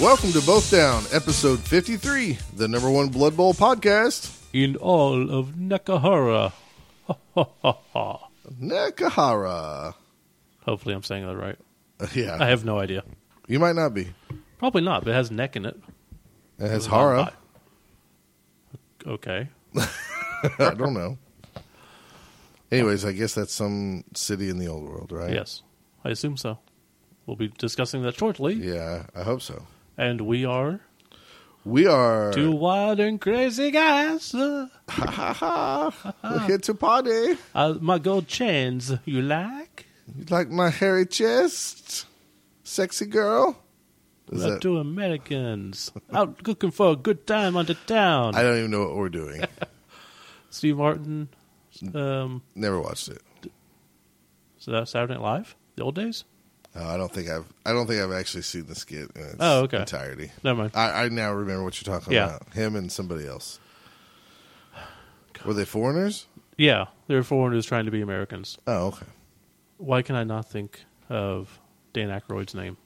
Welcome to Both Down, episode 53, the number one Blood Bowl podcast, in all of Nakahara. Nakahara. Hopefully, I'm saying that right. I Yeah, have no idea. you might not be. Probably not, but it has neck in it. It has Hara. Okay. I don't know. Anyways, I guess that's some city in the old world, right? Yes, I assume so. We'll be discussing that shortly. Yeah, I hope so. And we are We are. two wild and crazy guys. Uh, Ha ha! We're here to party. uh, my gold chains, you like? You like my hairy chest, sexy girl? Is We're that- two Americans out looking for a good time on the town. I don't even know what we're doing. Steve Martin, um, Never watched it. is that Saturday Night Live? The old days? No, Uh, I don't think I've. I don't think I've actually seen the skit in its Oh, okay. entirety. Never mind. I, I now remember what you're talking Yeah. about. Him and somebody else. Were they foreigners? Yeah, they're foreigners trying to be Americans. Oh, okay. Why can I not think of Dan Aykroyd's name?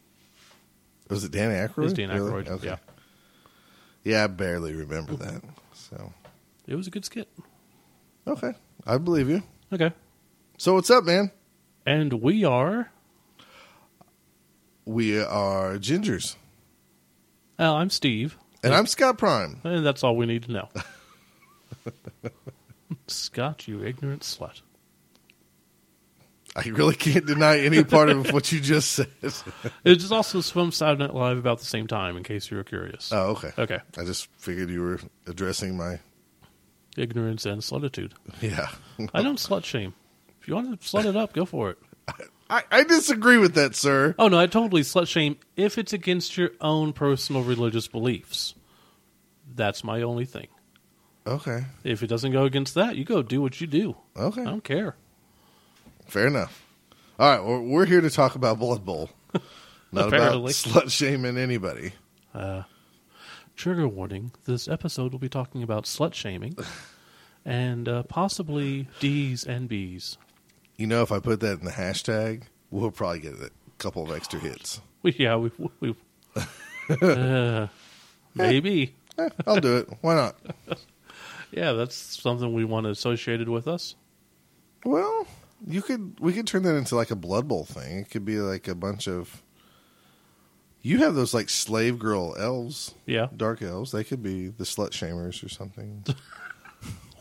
Was it Dan Aykroyd? It was Dan Really? Aykroyd. Okay. Yeah, Yeah, I barely remember that. So it was a good skit. okay, I believe you. Okay, So what's up, man? and we are. We are gingers, Uh, I'm Steve, and I'm Scott Prime. and that's all we need to know. Scott, you ignorant slut. I really can't deny any part of what you just said. It is also from Saturday Night Live about the same time, in case you were curious. Oh, okay. Okay, I just figured you were addressing my ignorance and slutitude. yeah. Oh. I don't slut shame. If you want to slut it up, go for it. I, I disagree with that, sir. Oh no, I totally slut shame if it's against your own personal religious beliefs. That's my only thing. Okay. If it doesn't go against that, you go do what you do. I Okay. don't care. Fair enough. All right. Well, we're here to talk about Blood Bowl, not about Apparently. slut shaming anybody. Trigger warning: This episode will be talking about slut shaming, and uh, possibly D's and B's. You know, if I put that in the hashtag, we'll probably get a couple of extra hits. We, yeah, we, we uh, maybe. Eh, I'll do it. Why not? Yeah, that's something we want associated with us. Well, you could. We could turn that into like a Blood Bowl thing. It could be like a bunch of. You have those like slave girl elves, Yeah. dark elves. They could be the slut shamers or something.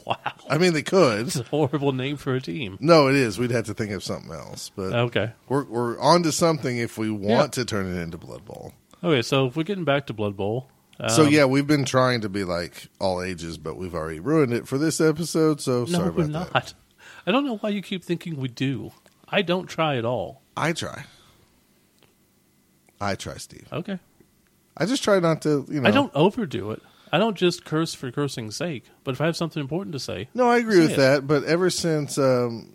Wow, I mean, they could. it's a horrible name for a team. No, it is. We'd have to think of something else, but Okay. we're we're onto something if we want to turn it into Blood Bowl. Okay, so if we're getting back to Blood Bowl. Um, so yeah, we've been trying to be like all ages, but we've already ruined it for this episode. So No, sorry we're about not. that. I don't know why you keep thinking we do. I don't try at all. I try. I try, Steve. Okay. I just try not to. You know, I don't overdo it. I don't just curse for cursing's sake. But if I have something important to say, No, I agree Say with it. that. But ever since um,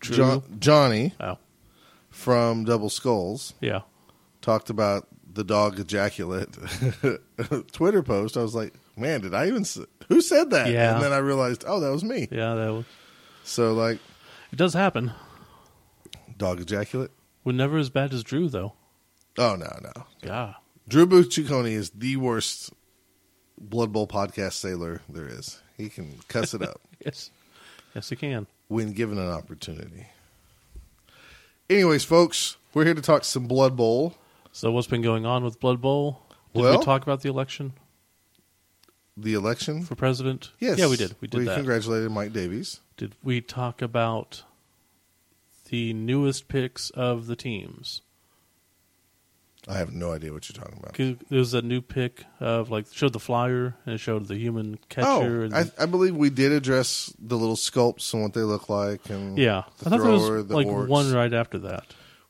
True. Jo- Johnny oh from Double Skulls yeah, talked about the dog ejaculate Twitter post, I was like, man, did I even? s who said that? Yeah. And then I realized, oh, that was me. yeah, that was, So like, it does happen. dog ejaculate. We're never as bad as Drew though. Oh no, no. Yeah, Drew Bucciccone is the worst Blood Bowl podcast sailor there is. He can cuss it up yes, yes, you can. when given an opportunity. Anyways, folks, we're here to talk some Blood Bowl. So what's been going on with Blood Bowl? Did Well- we talk about the election The election. for president? Yes. yeah, we did. We did We that. congratulated Mike Davies. did we talk about the newest picks of the teams? I have no idea what you're talking about. 'Cause There was a new pick of like showed the flyer and it showed the human Oh, catcher. and I, I believe we did address the little sculpts and what they look like. And yeah, the I thought thrower, there was the like orcs. one right after that.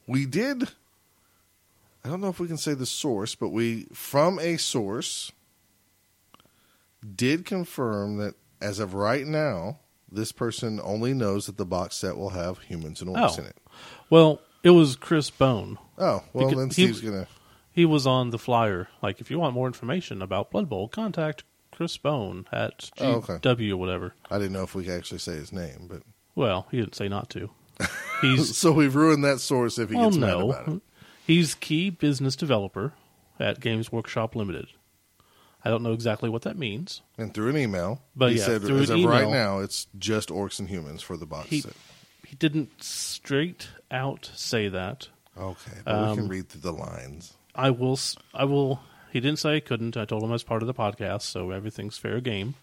we did i don't know if we can say the source but we from a source did confirm that as of right now this person only knows that the box set will have humans and orcs Oh. in it Well, it was Chris Bone. oh well Because then he- steve's gonna He was on the flyer. Like, if you want more information about Blood Bowl, contact Chris Bone at GW Oh, okay. or whatever. i didn't know if we could actually say his name but Well, he didn't say not to. He's oh, so we've ruined that source if he well, gets mad about it no, he's key business developer at Games Workshop Limited. I don't know exactly what that means. And through an email, But he yeah, said, through as of an right email- now, it's just orcs and humans for the box He set. he didn't straight out say that. Okay, but we can um, read through the lines. I will. s- I will. He didn't say I couldn't. I told him as part of the podcast, so everything's fair game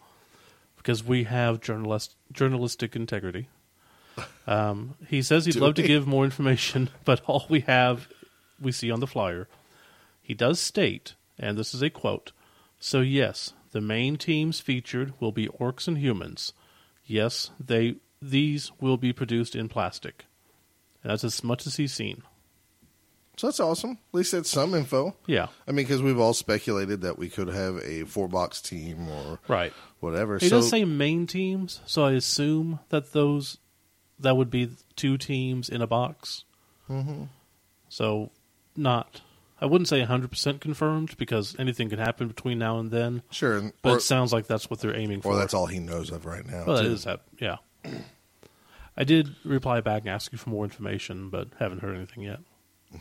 because we have journalist journalistic integrity. Um, he says he'd Do love to we? give more information, but all we have, we see on the flyer. He does state, and this is a quote. So yes, the main teams featured will be orcs and humans. Yes, they these will be produced in plastic. And that's as much as he's seen. So that's awesome. At least that's some info. Yeah, I mean, because we've all speculated that we could have a four box team or right. whatever. It so does say main teams, so I assume that those that would be two teams in a box. Mhm. So not I wouldn't say 100% confirmed because anything can happen between now and then, sure, and, but or, it sounds like that's what they're aiming for. or that's all he knows of right now. Well, that too. is that. Yeah. I did reply back and ask you for more information, but haven't heard anything yet.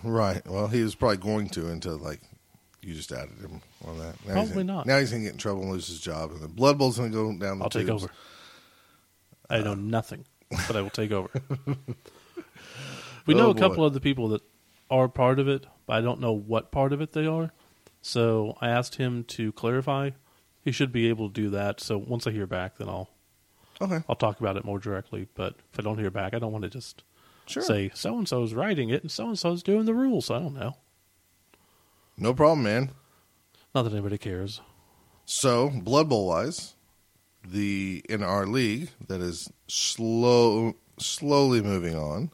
Right. Well, he was probably going to until like you just outed him on that. Now he's Probably in- not. Now he's gonna get in trouble and lose his job, and then Blood Bowl's gonna go down. The I'll take tubes. over. I Uh. know nothing, but I will take over. we Oh, know a boy. couple of the people that are part of it, but I don't know what part of it they are. So I asked him to clarify. He should be able to do that. So once I hear back, then I'll Okay. I'll talk about it more directly. But if I don't hear back, I don't want to just Sure. say so and so's writing it and so and so's doing the rules. I don't know. No problem, man. Not that anybody cares. So Blood Bowl wise, the in our league that is slow, slowly moving on.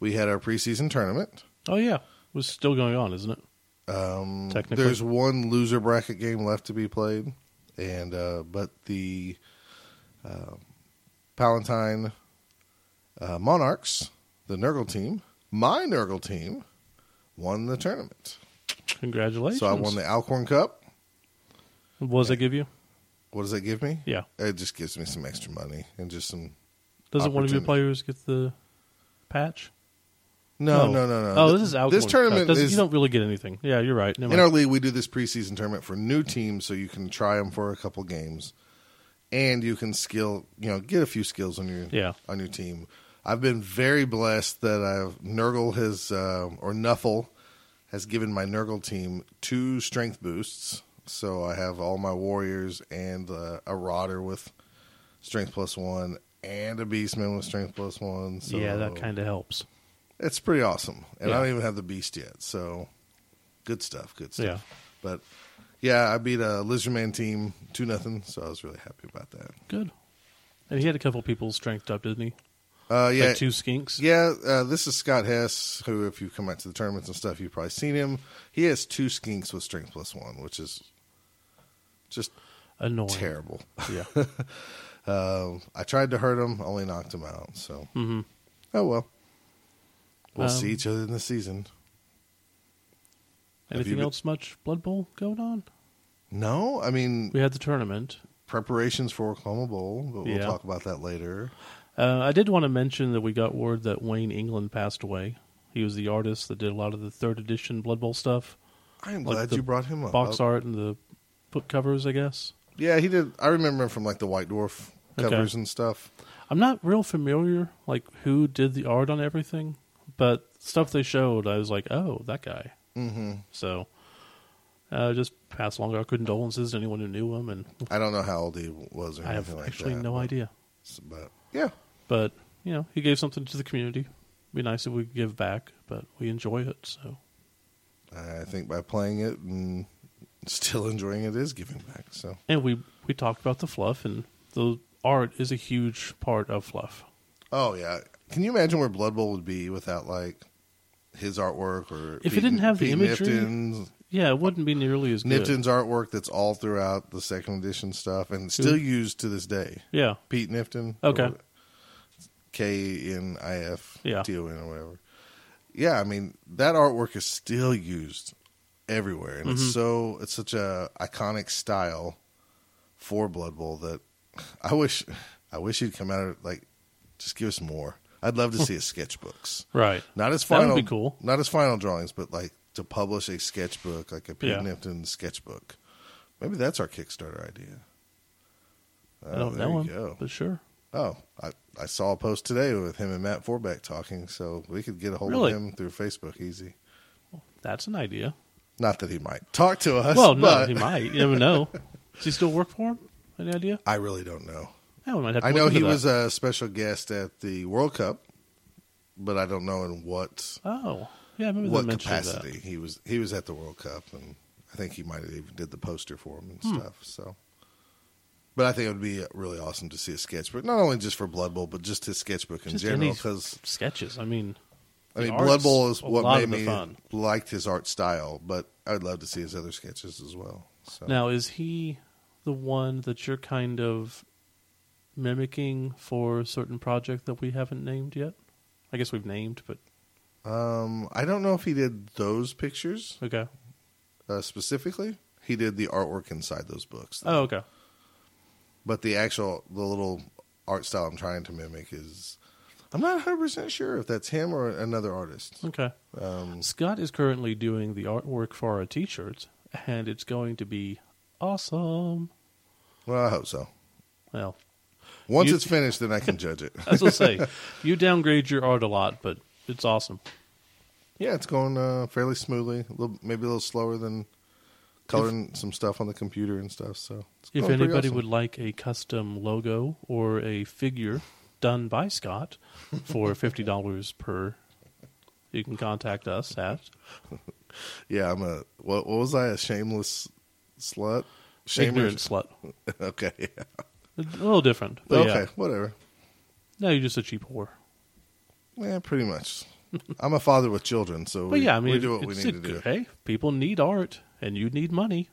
We had our preseason tournament. Oh yeah, it was still going on, isn't it? Um, Technically. there's one loser bracket game left to be played, and uh, but the uh, Palatine uh, Monarchs, the Nurgle team, my Nurgle team, won the tournament. Congratulations. So I won the Alcorn Cup. What does it give you? What does that give me? Yeah. It just gives me some extra money and just some. Doesn't one of your Opportunity. players get the patch? No, no, no, no. Oh, Th- this is out. This tournament does is you don't really get anything. Yeah, you're right. Never In our mind. league, we do this preseason tournament for new teams, so you can try them for a couple games, and you can skill, you know, get a few skills on your Yeah. on your team. I've been very blessed that I've Nurgle has uh, or Nuffle has given my Nurgle team two strength boosts, so I have all my warriors and uh, a Rotter with strength plus one and a Beastman with strength plus one. So yeah, that kind of helps. it's pretty awesome. And I Yeah. don't even have the beast yet, so good stuff, good stuff. Yeah. But yeah, I beat a Lizardman team two nothing, so I was really happy about that. Good. And he had a couple people strengthed up, didn't he? Uh yeah. Like two skinks. yeah, uh, this is Scott Hess, who, if you've come out to the tournaments and stuff, you've probably seen him. He has two skinks with strength plus one, which is just Annoying. terrible. Yeah. Um I tried to hurt him, only knocked him out. So, Mhm. oh well. We'll Um, see each other in the season. Have you Anything been- else much Blood Bowl going on? No, I mean, We had the tournament. preparations for Oklahoma Bowl, but we'll Yeah. talk about that later. Uh, I did want to mention that we got word that Wayne England passed away. He was the artist that did a lot of the third edition Blood Bowl stuff, I am Like glad the you brought him up. box art and the book covers, I guess. Yeah, he did. I remember him from like the White Dwarf Okay. covers and stuff. I'm not real familiar, like who did the art on everything, but stuff they showed, I was like, oh, that guy. hmm So, uh, just pass along our condolences to anyone who knew him, and I don't know how old he was or I have anything like actually that, no but- idea. But yeah, But you know, he gave something to the community. Be nice if we could give back, but we enjoy it. So, I think by playing it and still enjoying it is giving back. So and we we talked about the fluff, and the art is a huge part of fluff. oh yeah, can you imagine where Blood Bowl would be without like his artwork or If it didn't have the imagery- Nipton's, Yeah, it wouldn't be nearly as good. Nipton's artwork that's all throughout the second edition stuff and still used to this day. Yeah, Pete Nifton. Okay. or K N I F Yeah. T O N or whatever. Yeah, I mean that artwork is still used everywhere, and Mm-hmm. it's so it's such a iconic style for Blood Bowl that I wish I wish he'd come out like just give us more. I'd love to see his sketchbooks, right. not his That would final be cool. not his final drawings, but like to publish a sketchbook, like a Pete Yeah. Nipton sketchbook. Maybe that's our Kickstarter idea. Oh, I don't there know you him, go. but sure. Oh, I, I saw a post today with him and Matt Forbeck talking, so we could get a hold Really? of him through Facebook easy. That's an idea. Not that he might talk to us. well, no, but he might. You never know. Does he still work for him? Any idea? I really don't know. Yeah, we might have to I look know into he that. was a special guest at the World Cup, but I don't know in what Oh, yeah, I remember they what mentioned capacity he was. He was at the World Cup, and I think he might have even did the poster for him and Hmm. stuff. So, but I think it would be really awesome to see a sketchbook, not only just for Blood Bowl, but just his sketchbook in Just general. any- Because that. Sketches. I mean, I mean, The Blood art's Bowl is a what lot made of the me fun. liked his art style, but I would love to see his other sketches as well. So now is he the one that you're kind of mimicking for a certain project that we haven't named yet? I guess we've named, but um, I don't know if he did those pictures okay. uh, specifically. He did the artwork inside those books, Oh, okay. but the actual the little art style I'm trying to mimic is. I'm not 100 percent sure if that's him or another artist. Okay. Um, Scott is currently doing the artwork for our t-shirts, and it's going to be awesome. well, I hope so. Well, Once You- it's finished, then I can judge it. as I say, you downgrade your art a lot, but it's awesome. yeah, it's going uh, fairly smoothly. A little, maybe a little slower than coloring some stuff on the computer and stuff. So it's If going Oh, pretty anybody awesome. would like a custom logo or a figure done by Scott for fifty dollars per, you can contact us at Yeah, I'm a what? What was I? A shameless slut? ignorant Shameless. slut. okay. yeah. A little different, but Okay. yeah. Whatever. No, you're just a cheap whore. Yeah, pretty much. I'm a father with children, so But we, yeah, I mean, we do what we it's need to a do. good- Hey, people need art, and you need money.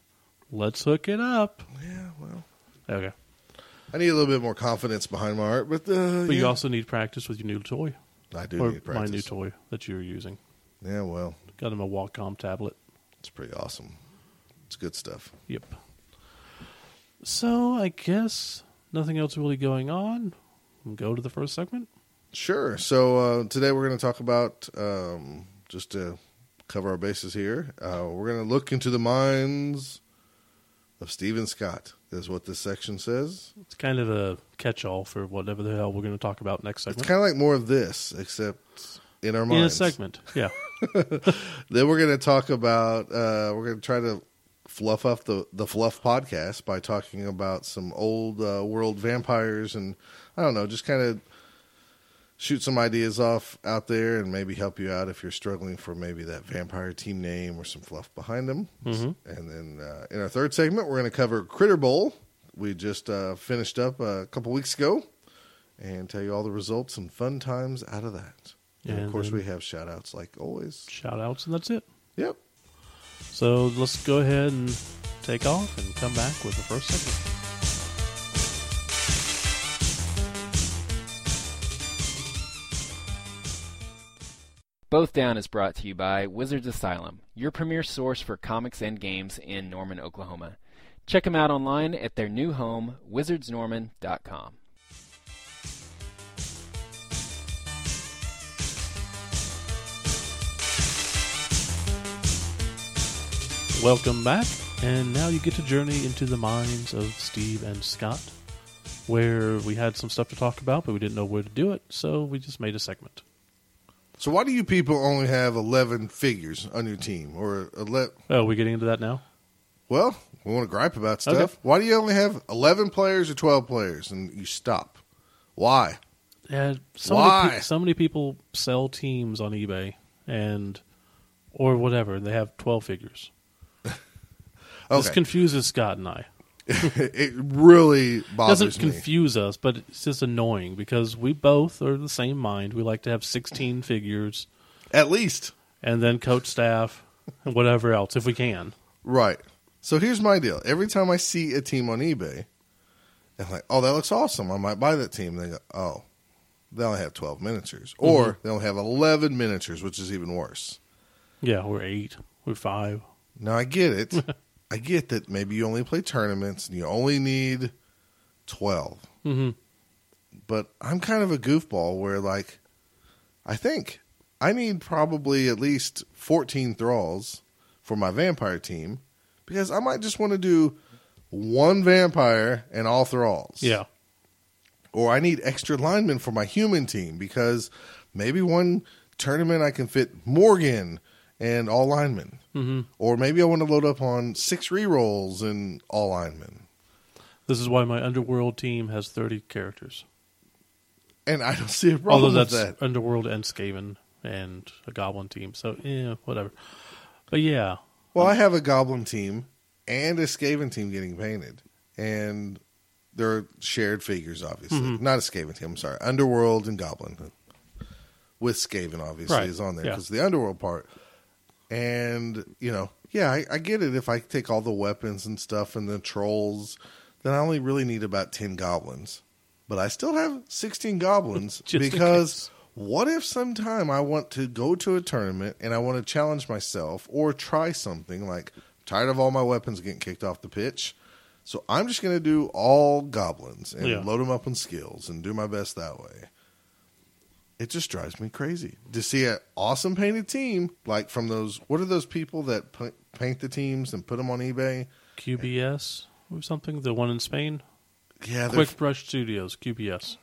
Let's hook it up. Yeah. Well, Okay, I need a little bit more confidence behind my art, but uh, but yeah. you also need practice with your new toy I do or need my practice. new toy that you're using. Yeah. Well, Got him a Wacom tablet. it's pretty awesome. It's good stuff. Yep. So I guess nothing else really going on. We'll go to the first segment. Sure. So uh, today we're going to talk about um, just to cover our bases here. Uh, we're going to look into the minds of Stephen Scott. Is what this section says. It's kind of a catch-all for whatever the hell we're going to talk about next It's segment. kind of like more of this, except in our In a minds. segment, yeah. Then we're going to talk about. Uh, we're going to try to fluff up the the fluff podcast by talking about some old uh, world vampires and I don't know, just kind of shoot some ideas off out there and maybe help you out if you're struggling for maybe that vampire team name or some fluff behind them. Mhm. And then uh, in our third segment, we're going to cover Critter Bowl. We just uh, finished up a couple weeks ago and tell you all the results and fun times out of that. And, of And course, then- we have shout outs like always. Shout-outs, and that's it. Yep. So let's go ahead and take off and come back with the first segment. Both Down is brought to you by Wizards Asylum, your premier source for comics and games in Norman, Oklahoma. Check them out online at their new home, wizardsnorman.com. Welcome back, and now you get to journey into the minds of Steve and Scott, where we had some stuff to talk about, but we didn't know where to do it, so we just made a segment. So, why do you people only have 11 figures on your team? Or, ele- Oh, we're getting into that now. well, we want to gripe about stuff. Okay. Why do you only have 11 players or 12 players and you stop? Why? Yeah, so Why? Many, pe- so many people sell teams on eBay and or whatever. They have twelve figures. This Okay. confuses Scott and I. it really bothers Doesn't me. confuse us, but it's just annoying because we both are the same mind. We like to have sixteen figures At least. and then coach staff and whatever else if we can. Right. So here's my deal. Every time I see a team on eBay, I'm like, oh, that looks awesome. I might buy that team. They go, oh, they only have 12 miniatures. Or Mm-hmm. they only have 11 miniatures, which is even worse. Yeah, we're eight. We're five. Now, I get it. I get that maybe you only play tournaments and you only need 12. Mm-hmm. But I'm kind of a goofball where, like, I think I need probably at least 14 thralls for my vampire team because I might just want to do one vampire and all thralls. Yeah. Or I need extra linemen for my human team because maybe one tournament I can fit Morgan and all linemen. hmm Or maybe I want to load up on six rerolls and all linemen. This is why my underworld team has 30 characters. And I don't see a Although problem with that. that's underworld and Skaven and a goblin team. So, yeah, whatever. But yeah, Well, I have a goblin team and a Skaven team getting painted, and they're shared figures, obviously. Mhm. Not a Skaven team. I'm sorry, Underworld and Goblin, with Skaven obviously Right, is on there yeah. because the Underworld part. And you know, yeah, I, I get it. If I take all the weapons and stuff and the trolls, then I only really need about ten goblins. But I still have sixteen goblins Just in because what if sometime I want to go to a tournament and I want to challenge myself or try something like tired of all my weapons getting kicked off the pitch. So I'm just going to do all goblins and Yeah. load them up on skills and do my best that way. It just drives me crazy to see an awesome painted team like from those what are those people that pa- paint the teams and put them on eBay? QBS or something, the one in Spain, Yeah, they're Quick Brush Studios, QBS.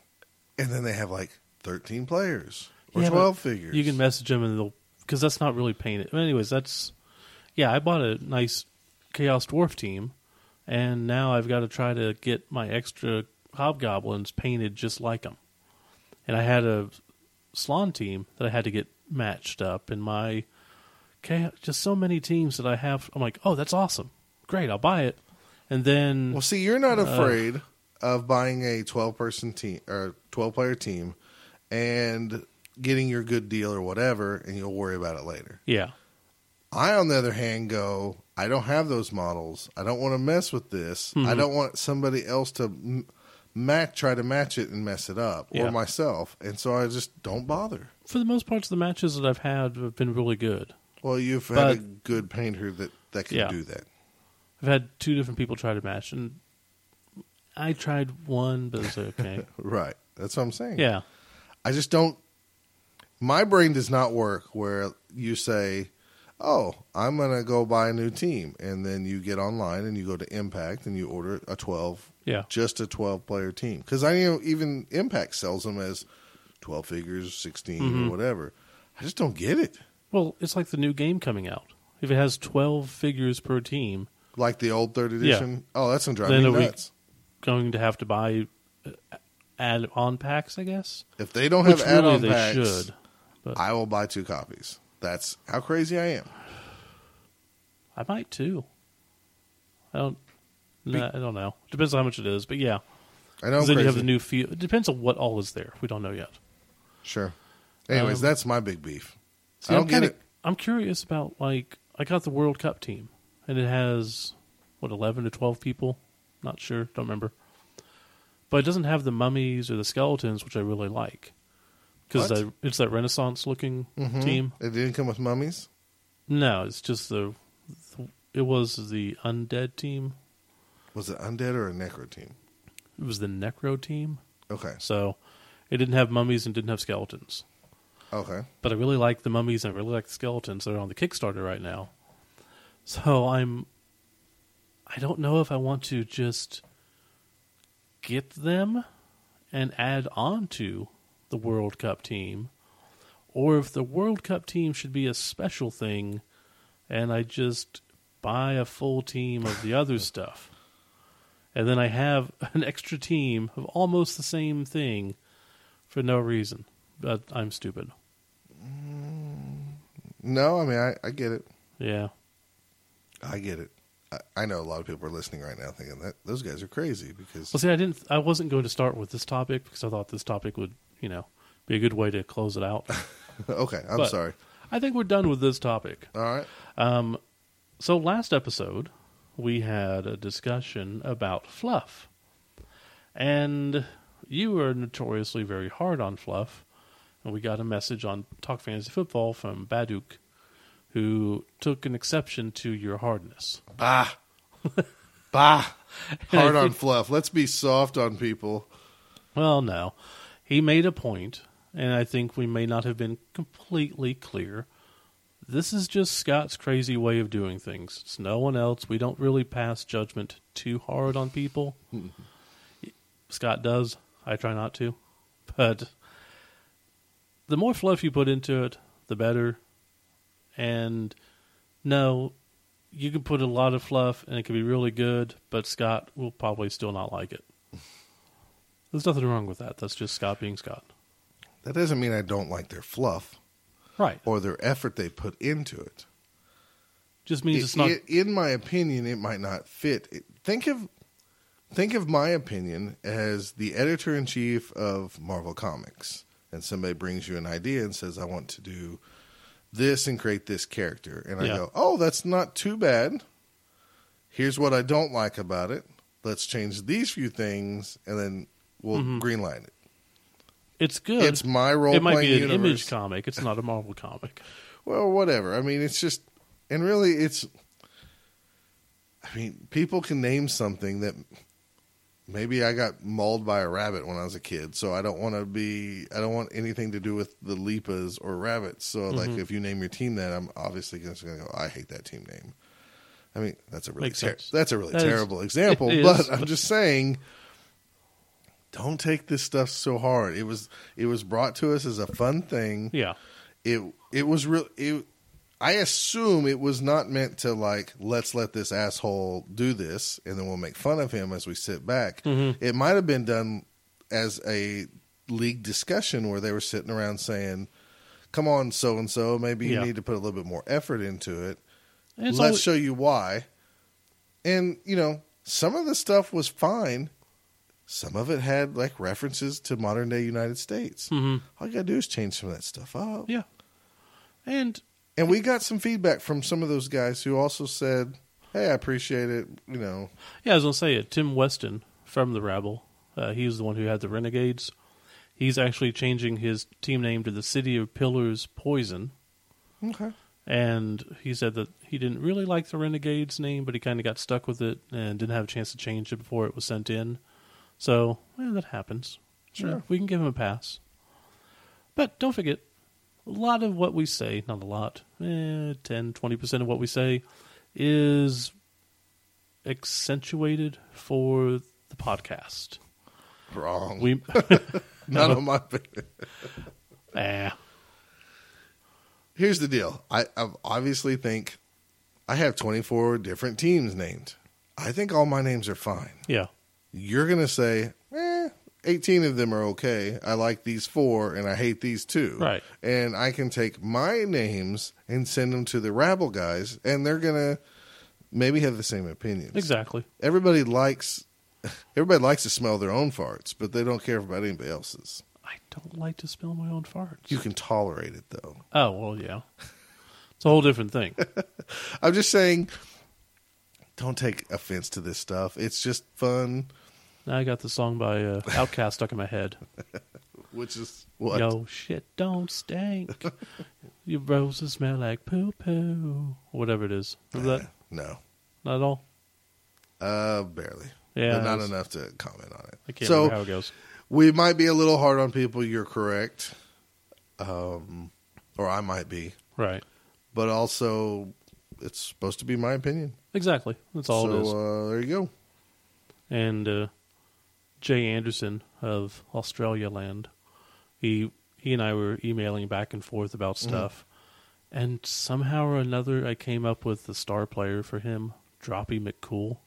and then they have like 13 players or Yeah, but 12 figures. You can message them and they'll because that's not really painted. But anyways, that's yeah. I bought a nice Chaos Dwarf team, and now I've got to try to get my extra hobgoblins painted just like them. And I had a Slon team that I had to get matched up, and my chaos, just so many teams that I have. I'm like, oh, that's awesome, great, I'll buy it. And then Well, see, you're Uh. not afraid of buying a 12 person team or 12 player team and getting your good deal or whatever, and you'll worry about it later. yeah, I, on the other hand, go, I don't have those models. I don't want to mess with this. Hmm. I don't want somebody else to m- match, try to match it and mess it up Yeah. or myself. And so I just don't bother. for the most parts, the matches that I've had have been really good. Well, you've had a good painter that, that can Yeah. do that. I've had two different people try to match, and I tried one, but it's okay. Right. That's what I'm saying. yeah, I just don't. My brain does not work where you say, "Oh, I'm gonna go buy a new team," and then you get online and you go to Impact and you order a 12, yeah, just a 12 player team. Because I know even Impact sells them as 12 figures, 16 Mm-hmm. or whatever. I just don't get it. Well, it's like the new game coming out. If it has twelve figures per team, Like the old third Yeah. edition. Oh, that's gonna drive Then me a week- nuts. going to have to buy uh, add-on packs, I guess. If they don't have Which add-on really they packs, should. but- I will buy two copies. That's how crazy I am. I might too. I don't. nah, I don't know. Depends on how much it is, but yeah. I know. I'm 'Cause then you have crazy. the new feel. It depends on what all is there. We don't know yet. Sure. Anyways, Um, that's my big beef. See, I I'm don't get kinda- it. I'm curious about like I got the World Cup team, and it has what eleven to twelve people. Not sure, don't remember. But it doesn't have the mummies or the skeletons, which I really like because What? it's that Renaissance looking Mhm. team. It didn't come with mummies. No, it's just the, the it was the undead team. Was it undead or a necro team? It was the necro team. Okay. So it didn't have mummies and didn't have skeletons. Okay. but I really like the mummies and I really like the skeletons that are on the Kickstarter right now. So I'm I don't know if I want to just get them and add on to the World Cup team or if the World Cup team should be a special thing and I just buy a full team of the other stuff. And then I have an extra team of almost the same thing for no reason. But I'm stupid. No, I mean I, I get it. Yeah. I get it. I, I know a lot of people are listening right now thinking that those guys are crazy because Well, see, I didn't. I wasn't going to start with this topic because I thought this topic would, you know, be a good way to close it out. okay, I'm But- sorry. I think we're done with this topic. All right. Um, so last episode we had a discussion about fluff, and you were notoriously very hard on fluff, and we got a message on Talk Fantasy Football from Baduk, who took an exception to your hardness. Bah. bah. Hard I on fluff. Let's be soft on people. Well, no. He made a point and I think we may not have been completely clear. This is just Scott's crazy way of doing things. It's no one else. We don't really pass judgment too hard on people. Scott does. I try not to. But the more fluff you put into it, the better. And no, you can put a lot of fluff and it can be really good, but Scott will probably still not like it. There's nothing wrong with that. That's just Scott being Scott. That doesn't mean I don't like their fluff Right. or their effort they put into it. Just means It- it's not. it- in my opinion, it might not fit. It- think of think of my opinion as the editor in chief of Marvel Comics, and somebody brings you an idea and says, "I want to do this and create this character," and Yeah. I go, "Oh, that's not too bad. Here's what I don't like about it. Let's change these few things, and then we'll greenlight it." it's good. It's my role Mm-hmm. it might playing be an universe. image comic. It's not a Marvel comic. well, whatever. I mean, it's just, and really, it's. I mean, people can name something that maybe I got mauled by a rabbit when I was a kid, so I don't want to be. I don't want anything to do with the Lipas or rabbits. So, like, Mm-hmm. if you name your team that, I'm obviously going to go. I hate that team name. I mean, that's a really Makes ter- sense. that's a really That is- terrible example, it is. but I'm just saying. Don't take this stuff so hard. It was it was brought to us as a fun thing Yeah. it it was real it I assume it was not meant to like let's let this asshole do this and then we'll make fun of him as we sit back. Mm-hmm. It might have been done as a league discussion where they were sitting around saying, "Come on, so and so, maybe you Yeah. need to put a little bit more effort into it. And it's Let's always- show you why." And you know, some of the stuff was fine. Some of it had like references to modern day United States. Mm-hmm. All you gotta do is change some of that stuff up. yeah. And And we got some feedback from some of those guys who also said, "Hey, I appreciate it." You know, Yeah, I was gonna say it. Tim Weston from the Rabble. Uh, he's the one who had the Renegades. He's actually changing his team name to the City of Pillars Poison, okay, and he said that he didn't really like the Renegades name, but he kind of got stuck with it and didn't have a chance to change it before it was sent in. So yeah, that happens. Sure. Yeah, we can give him a pass. But don't forget, a lot of what we say, not a lot, eh, 10, 20% of what we say is accentuated for the podcast. wrong. We, None of my. eh, Here's the deal. I, I obviously think I have 24 different teams named. I think all my names are fine. yeah, You're gonna say, eh, 18 of them are okay. I like these four, and I hate these two. Right. And I can take my names and send them to the rabble guys, and they're gonna maybe have the same opinions. exactly. everybody likes everybody likes to smell their own farts, but they don't care about anybody else's. I don't like to smell my own farts. You can tolerate it though. oh, well, yeah. It's a whole different thing. I'm just saying don't take offense to this stuff. It's just fun, Now I got the song by uh, Outcast stuck in my head. which is what Yo, shit don't stink. Your roses smell like poo poo. Whatever it is. Is that no. not at all? Uh barely. Yeah, But not it's- enough to comment on it. I can't so remember how it goes. we might be a little hard on people, you're correct. Um or I might be. Right. But also it's supposed to be my opinion. Exactly. That's all so it is. uh there you go. and uh, Jay Anderson of Australia Land. He he and I were emailing back and forth about Mm-hmm. stuff, and somehow or another, I came up with the star player for him, Droppy McCool,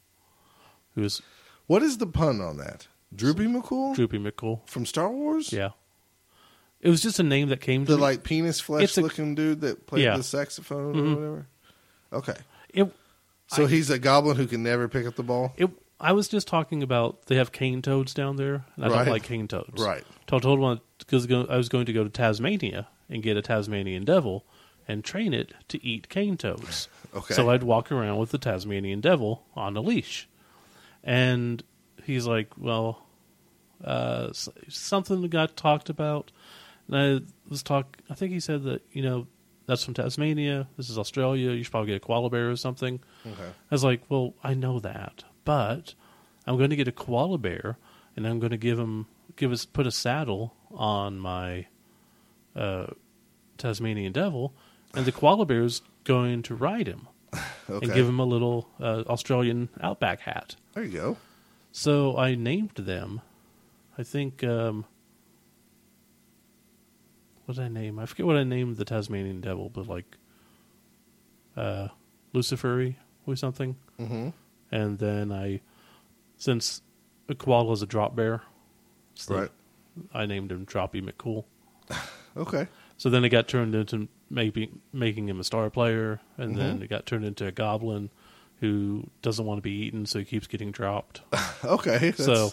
who is What is the pun on that? Droopy McCool Droopy McCool. from Star Wars? Yeah, it was just a name that came to the me. like penis flesh It's a- looking dude that played Yeah. Mm-hmm. the saxophone or whatever. Okay, It, so he's a goblin who can never pick up the ball. it, I was just talking about they have cane toads down there, and I Right. don't like cane toads. Right. So I told one because I was going to go to Tasmania and get a Tasmanian devil and train it to eat cane toads. Okay. So I'd walk around with the Tasmanian devil on a leash, and he's like, "Well, uh, s- something got talked about." And I was talk. I think he said that you know that's from Tasmania. This is Australia. You should probably get a koala bear or something. Okay, I was like, well, I know that, but I'm going to get a koala bear and I'm going to give him give us put a saddle on my uh, Tasmanian devil, and the koala bear is going to ride him Okay. and give him a little uh, Australian outback hat. there you go. So I named them. I think. Um, what did I name? I forget what I named the Tasmanian devil, but like uh, Luciferi or something. hmm And then I, since a koala is a drop bear, it's the- Right. I named him Droppy McCool. Okay. So then it got turned into maybe making him a star player, and Mm-hmm. then it got turned into a goblin who doesn't want to be eaten, so he keeps getting dropped. Okay. That's, so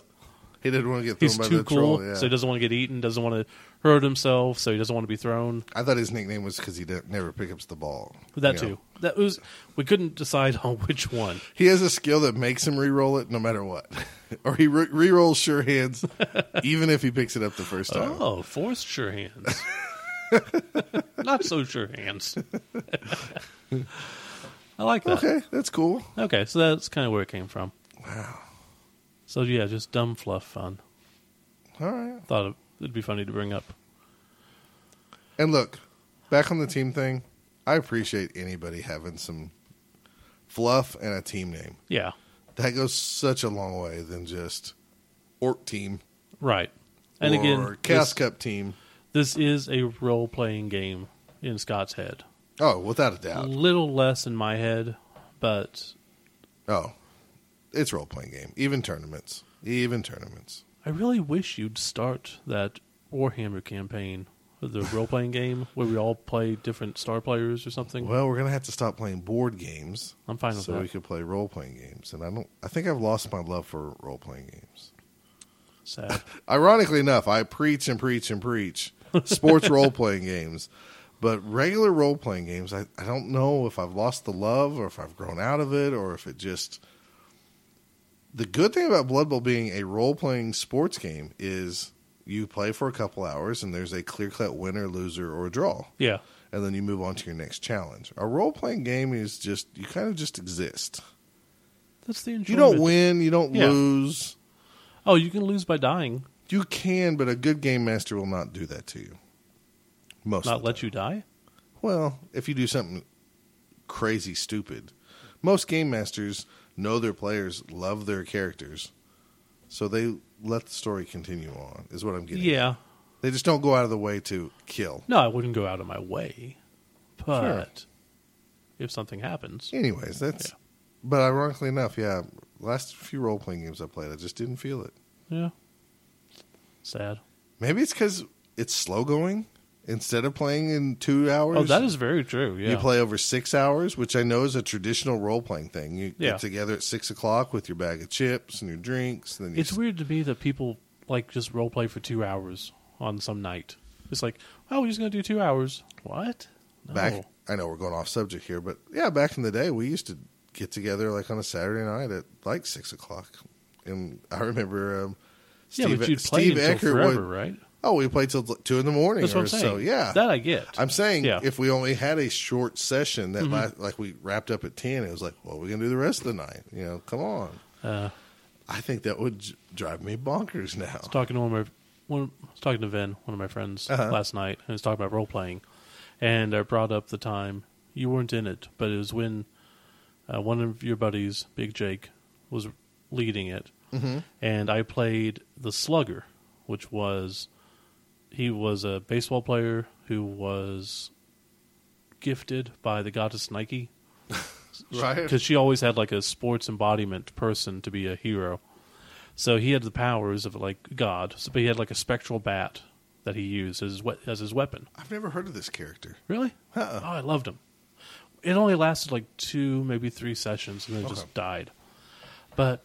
he didn't want to get thrown he's by too the cool, troll. Yeah. so he doesn't want to get eaten, doesn't want to hurt himself, so he doesn't want to be thrown. I thought his nickname was because he didn't, never pick up the ball. That you know. too. That was we couldn't decide on which one. He has a skill that makes him re-roll it no matter what, or he re- re-rolls sure hands, even if he picks it up the first time. Oh, forced sure hands. Not so sure hands. I like that. Okay, that's cool. Okay, so that's kind of where it came from. Wow. So yeah, just dumb fluff fun. All right. Thought it- it'd be funny to bring up. And look, back on the team thing, I appreciate anybody having some fluff and a team name. Yeah, That goes such a long way than just orc team right. And or again, chaos this, cup team. this is a role-playing game in Scott's head. Oh, without a A doubt. little less in my head, but Oh, it's role playing game. Even tournaments. Even tournaments. I really wish you'd start that Warhammer campaign, the role-playing game where we all play different star players or something. Well, we're gonna have to stop playing board games I'm fine with so that. we could play role playing games. And I don't. I think I've lost my love for role playing games. Sad. Ironically enough, I preach and preach and preach sports role playing games, but regular role playing games, I, I don't know if I've lost the love or if I've grown out of it or if it just. The good thing about Blood Bowl being a role playing sports game is you play for a couple hours and there's a clear cut winner, loser, or a draw, yeah, and then you move on to your next challenge. A role playing game is just, you kind of just exist. that's the enjoyment. You don't win, you don't Yeah. lose. Oh, you can lose by dying. You can, but a good game master will not do that to you. Most Not let you die. Well, if you do something crazy stupid, most game masters know their players love their characters, so they let the story continue on. Is what I'm getting. at. Yeah. they just don't go out of the way to kill. No, I wouldn't go out of my way. But if something happens, Anyways, that's. But ironically enough, yeah, last few role playing games I played, I just didn't feel it. yeah. Sad. Maybe it's because it's slow going. Instead of playing in two hours, Oh, that is very true. Yeah. You play over six hours, which I know is a traditional role playing thing. You Yeah. get together at six o'clock with your bag of chips and your drinks, and then you it's weird to me that people like just role play for two hours on some night. It's like, oh, we're just gonna do two hours. What? No. back. I know we're going off subject here, but yeah, back in the day, we used to get together like on a Saturday night at like six o'clock, and I remember um, yeah, Steve, but you'd play Steve until Eckert would. forever, right? Oh, we played till two in the morning That's or what I'm saying. so. Yeah, that I get. I'm saying Yeah. Mm-hmm. if we only had a short session that la- like we wrapped up at ten, it was like, well, we're gonna do the rest of the night. You know, come on. uh, I think that would j- drive me bonkers now. was talking to one of my one, I was talking to Vin, one of my friends Uh-huh. last night, and he was talking about role playing, and I brought up the time you weren't in it, but it was when uh, one of your buddies, Big Jake, was leading it, Mm-hmm. and I played the Slugger, which was he was a baseball player who was gifted by the goddess Nike Right. because she always had like a sports embodiment person to be a hero. So he had the powers of like God, so, but he had like a spectral bat that he used as his, we- as his weapon. I've never heard of this character. Really? Uh-uh. Oh, I loved him. It only lasted like two, maybe three sessions, and then it Okay. just died. But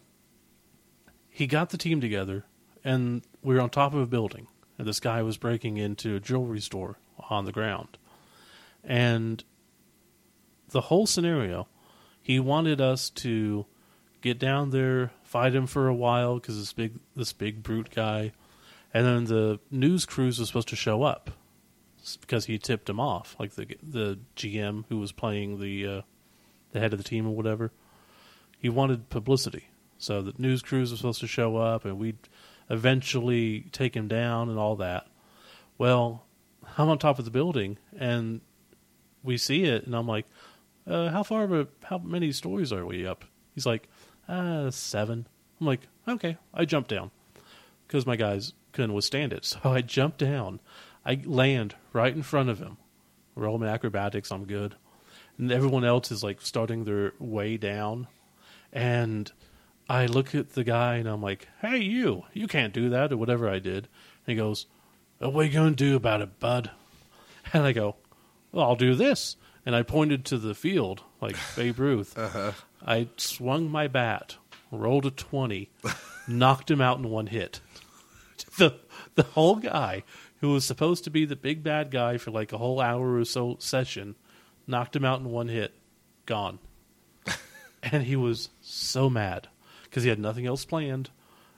he got the team together, and we were on top of a building, and this guy was breaking into a jewelry store on the ground, and the whole scenario, he wanted us to get down there, fight him for a while because this big this big brute guy, and then the news crews was supposed to show up s- because he tipped him off, like the the GM who was playing the uh, the head of the team or whatever. He wanted publicity, so the news crews were supposed to show up, and we'd eventually take him down and all that. Well, I'm on top of the building, and we see it, and I'm like, uh, "How far? Of a, how many stories are we up?" He's like, "Uh, seven. I'm like, "Okay." I jump down because my guys couldn't withstand it, so I jump down. I land right in front of him. Roll my acrobatics. I'm good, and everyone else is like starting their way down, and I look at the guy and I'm like, "Hey, you! You can't do that," or whatever I did. And he goes, "Well, "What are you going to do about it, bud?" And I go, well, I'll do this. And I pointed to the field, like Babe Ruth. I swung my bat, rolled a 20, knocked him out in one hit. The, the whole guy, who was supposed to be the big bad guy for like a whole hour or so session, knocked him out in one hit, gone. and he was so mad because he had nothing else planned.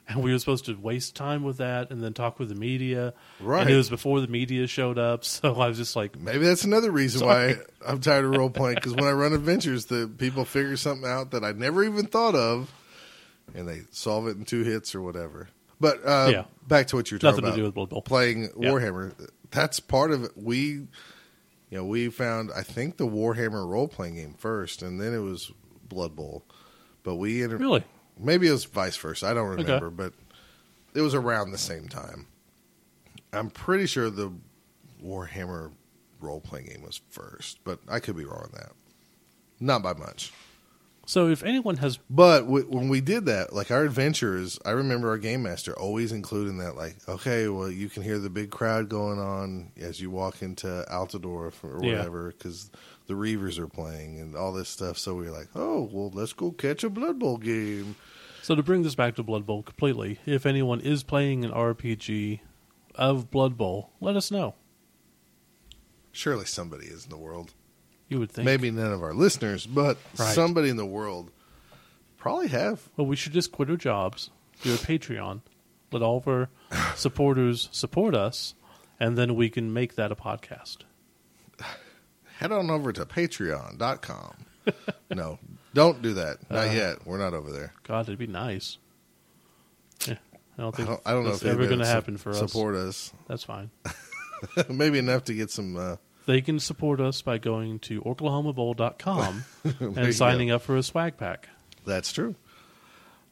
And we were supposed to waste time with that and then talk with the media. And Right. it was before the media showed up. So I was just like, Maybe that's another reason why I'm tired of role playing because when I run adventures, the people figure something out that I never even thought of, and they solve it in two hits or whatever. But uh, Yeah. back to what you're Nothing talking to about, do with Blood Bowl. playing Yeah. Warhammer. That's part of it. We, you know, we found I think the Warhammer role playing game first, and then it was Blood Bowl. But we inter- Really? maybe it was vice versa. I don't remember, but it was around the same time. I'm pretty sure the Warhammer role playing game was first, but I could be wrong on that. Not by much. So if anyone has, But w- when we did that, like our adventurers, I remember our game master always including that, like, okay, well, you can hear the big crowd going on as you walk into Altador or Yeah. whatever, because the Reavers are playing and all this stuff. So we were like, oh, well, let's go catch a Blood Bowl game. so to bring this back to Blood Bowl completely, if anyone is playing an RPG of Blood Bowl, let us know. Surely somebody is in the world. You would think. Maybe none of our listeners, but Right. somebody in the world probably have. Well, we should just quit our jobs, do a Patreon, let all of our supporters support us, and then we can make that a podcast. Head on over to patreon.com. no, don't do that. Not Uh-huh. yet. We're not over there. God, it'd be nice. Yeah, I don't I think don't, I don't know that's if ever going to happen for us. support us. That's fine. Maybe enough to get some. Uh, They can support us by going to oklahomabowl.com There you and signing up for a swag pack. that's true.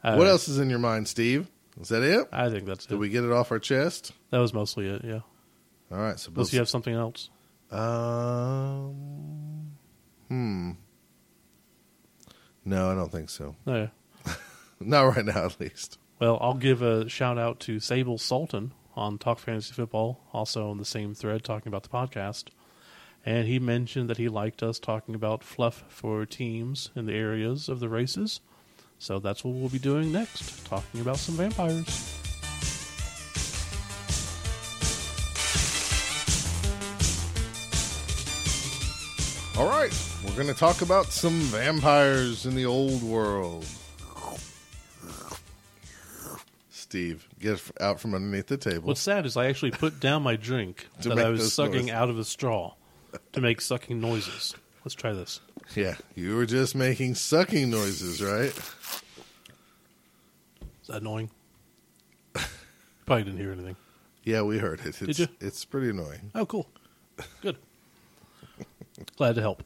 Uh, what else is in your mind, Steve? Is that it? I think that's it. Did we get it off our chest? That was mostly it, yeah. All right. So, Unless Bill's, you have something else. um, hmm. No, I don't think so. No, yeah. Not right now, at least. Well, I'll give a shout out to Sable Sultan on Talk Fantasy Football, also on the same thread talking about the podcast. And he mentioned that he liked us talking about fluff for teams in the areas of the races. So that's what we'll be doing next, talking about some vampires. All right, we're going to talk about some vampires in the old world. Steve, get f- out from underneath the table. What's sad is I actually put down my drink To that make I was those sucking noises. out of a straw to make sucking noises. Let's try this. yeah, you were just making sucking noises, right? Is that annoying? Probably didn't hear anything. Yeah, we heard it. It's, you? It's pretty annoying. Oh, cool. Good. Glad to help.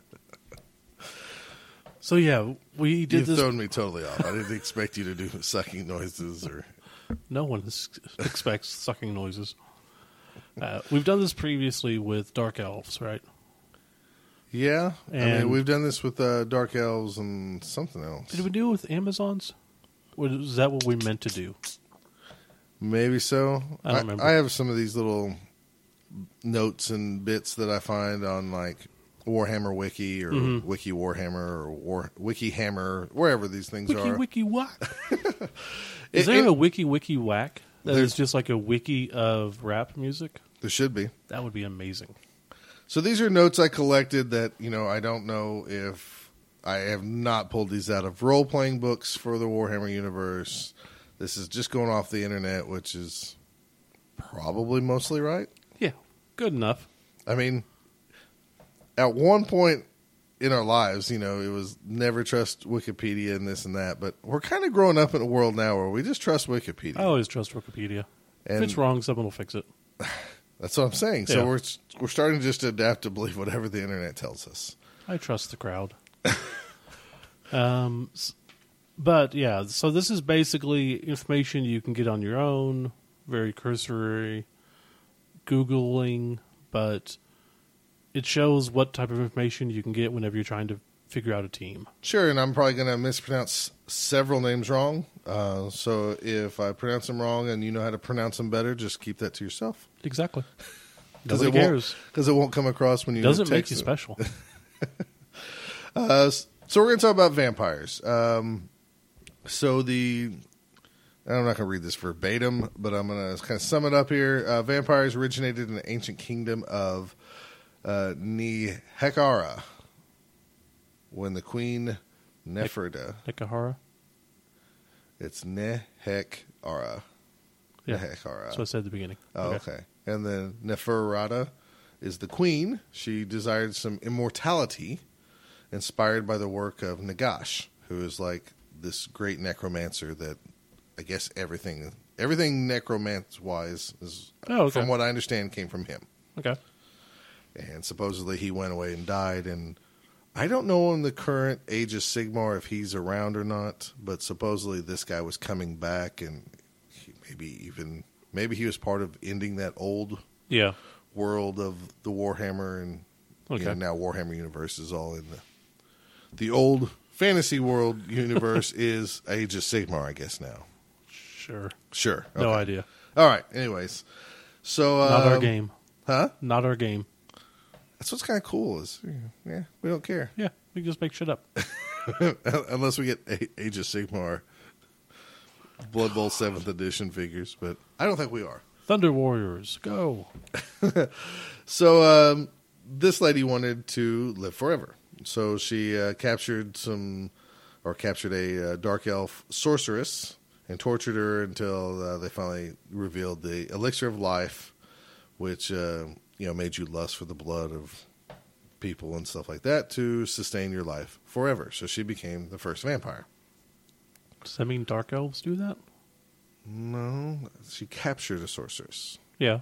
So yeah, we did You've this. thrown me totally off. I didn't expect you to do sucking noises or. No one is, expects sucking noises. Uh, we've done this previously with dark elves, right? Yeah, I mean And- we've done this with uh, dark elves and something else. Did we do it with Amazons? Or is that what we meant to do? Maybe so. I don't remember. I have some of these little notes and bits that I find on like Warhammer Wiki or Mm-hmm. Wiki Warhammer or War- Wiki Hammer, wherever these things Wiki are. wiki whack. It- Is there it- a wiki wiki whack that is There's- just like a wiki of rap music? there should be. That would be amazing. So these are notes I collected that you know I don't know if I have not pulled these out of role playing books for the Warhammer universe. This is just going off the internet, which is probably mostly right. Yeah, good enough. I mean, at one point in our lives, you know, it was never trust Wikipedia and this and that, but we're kind of growing up in a Oh. world now where we just trust Wikipedia. I always trust Wikipedia. if and it's wrong, someone will fix it. That's what I'm saying. So Yeah. we're we're starting to just adapt to believe whatever the internet tells us. I trust the crowd. um, s- but yeah, so this is basically information you can get on your own, very cursory, googling, but it shows what type of information you can get whenever you're trying to figure out a team. Sure, and I'm probably going to mispronounce several names wrong. Uh, so if I pronounce them wrong and you know how to pronounce them better, just keep that to yourself Exactly. because Nobody it cares. won't because it won't come across when you Doesn't make text you them. special. Uh, s- so we're going to talk about vampires. Um, so the I'm not going to read this verbatim, but I'm going to kind of sum it up here. Uh, vampires originated in the ancient kingdom of uh, Nihekara when the queen Neferta. Nikahara. It's Nehekara. Yeah. Nehekara. That's what I said at the beginning. Oh, okay. And then Neferata is the queen. She desired some immortality inspired by the work of Nagash, who is like this great necromancer that I guess everything everything necromance wise is Oh, okay. from what I understand came from him. Okay. And supposedly he went away and died and I don't know in the current Age of Sigmar if he's around or not, but supposedly this guy was coming back and he maybe even maybe he was part of ending that old Yeah. world of the Warhammer and you Okay. know, now Warhammer universe is all in the the old fantasy world universe is Age of Sigmar, I guess now. Sure. Sure. No Okay. idea. All right. Anyways, so uh, Not our game. huh? Not our game. That's what's kind of cool is you know, yeah we don't care Yeah. We can just make shit up. unless we get A- Age of Sigmar Blood Bowl Seventh Edition figures, but I don't think we are. Thunder Warriors, go. So um, this lady wanted to live forever. So she uh, captured some, or captured a uh, dark elf sorceress and tortured her until uh, they finally revealed the elixir of life, which uh, you know made you lust for the blood of people and stuff like that to sustain your life forever. So she became the first vampire. Does that mean dark elves do that? No, she captured a sorceress. Yeah.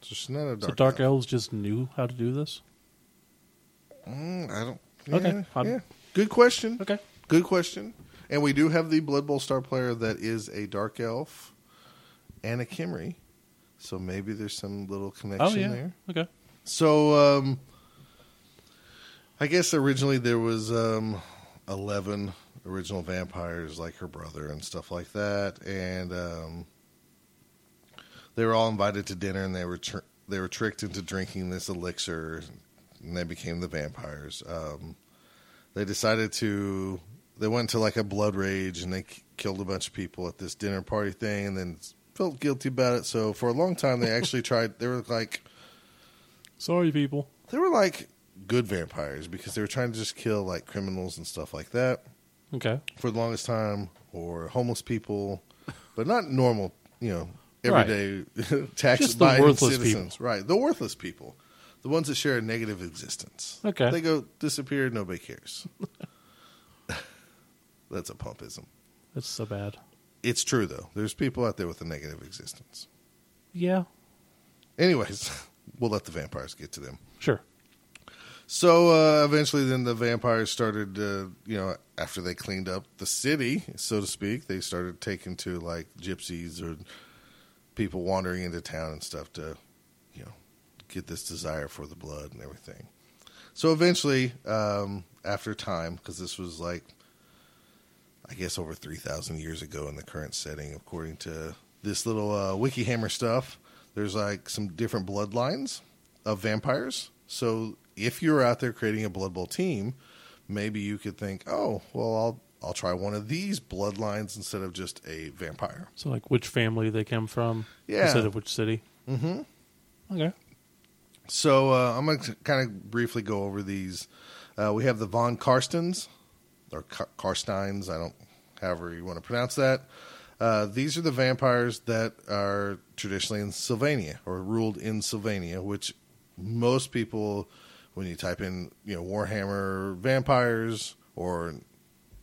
So she's not a dark. so dark elf. elves just knew how to do this? Mm, I don't. Okay, yeah, I'm- yeah. Good question. Okay. Good question. And we do have the Blood Bowl star player that is a dark elf and a Kimry. So maybe there's some little connection Oh, yeah. there. Okay. So um I guess originally there was um 11 original vampires like her brother and stuff like that and um they were all invited to dinner and they were tr- they were tricked into drinking this elixir and they became the vampires. Um they decided to they went to like a blood rage and they k- killed a bunch of people at this dinner party thing and then felt guilty about it. So for a long time they actually tried they were like Sorry, people. they were like good vampires because they were trying to just kill like criminals and stuff like that Okay. for the longest time or homeless people, but not normal, you know, Right. everyday tax Just the abiding worthless citizens. Right. The worthless people. The ones that share a negative existence. Okay. They go disappear, nobody cares. That's a pumpism. That's so bad. It's true though. There's people out there with a negative existence. Yeah. Anyways, we'll let the vampires get to them. Sure. So uh, eventually, then the vampires started, uh, you know, after they cleaned up the city, so to speak, they started taking to like gypsies or people wandering into town and stuff to, you know, get this desire for the blood and everything. So eventually, um, after time, because this was like, I guess, over 3,000 years ago in the current setting, according to this little uh, Wikihammer stuff, there's like some different bloodlines of vampires. So if you're out there creating a Blood Bowl team, maybe you could think, oh, well, I'll. I'll try one of these bloodlines instead of just a vampire. So, like, which family they come from Yeah. instead of which city? Mm-hmm. Okay. So uh, I'm going to kind of briefly go over these. Uh, we have the Von Karstens, or Car- Karsteins, I don't, however you want to pronounce that. Uh, these are the vampires that are traditionally in Sylvania or ruled in Sylvania, which most people, when you type in, you know, Warhammer vampires or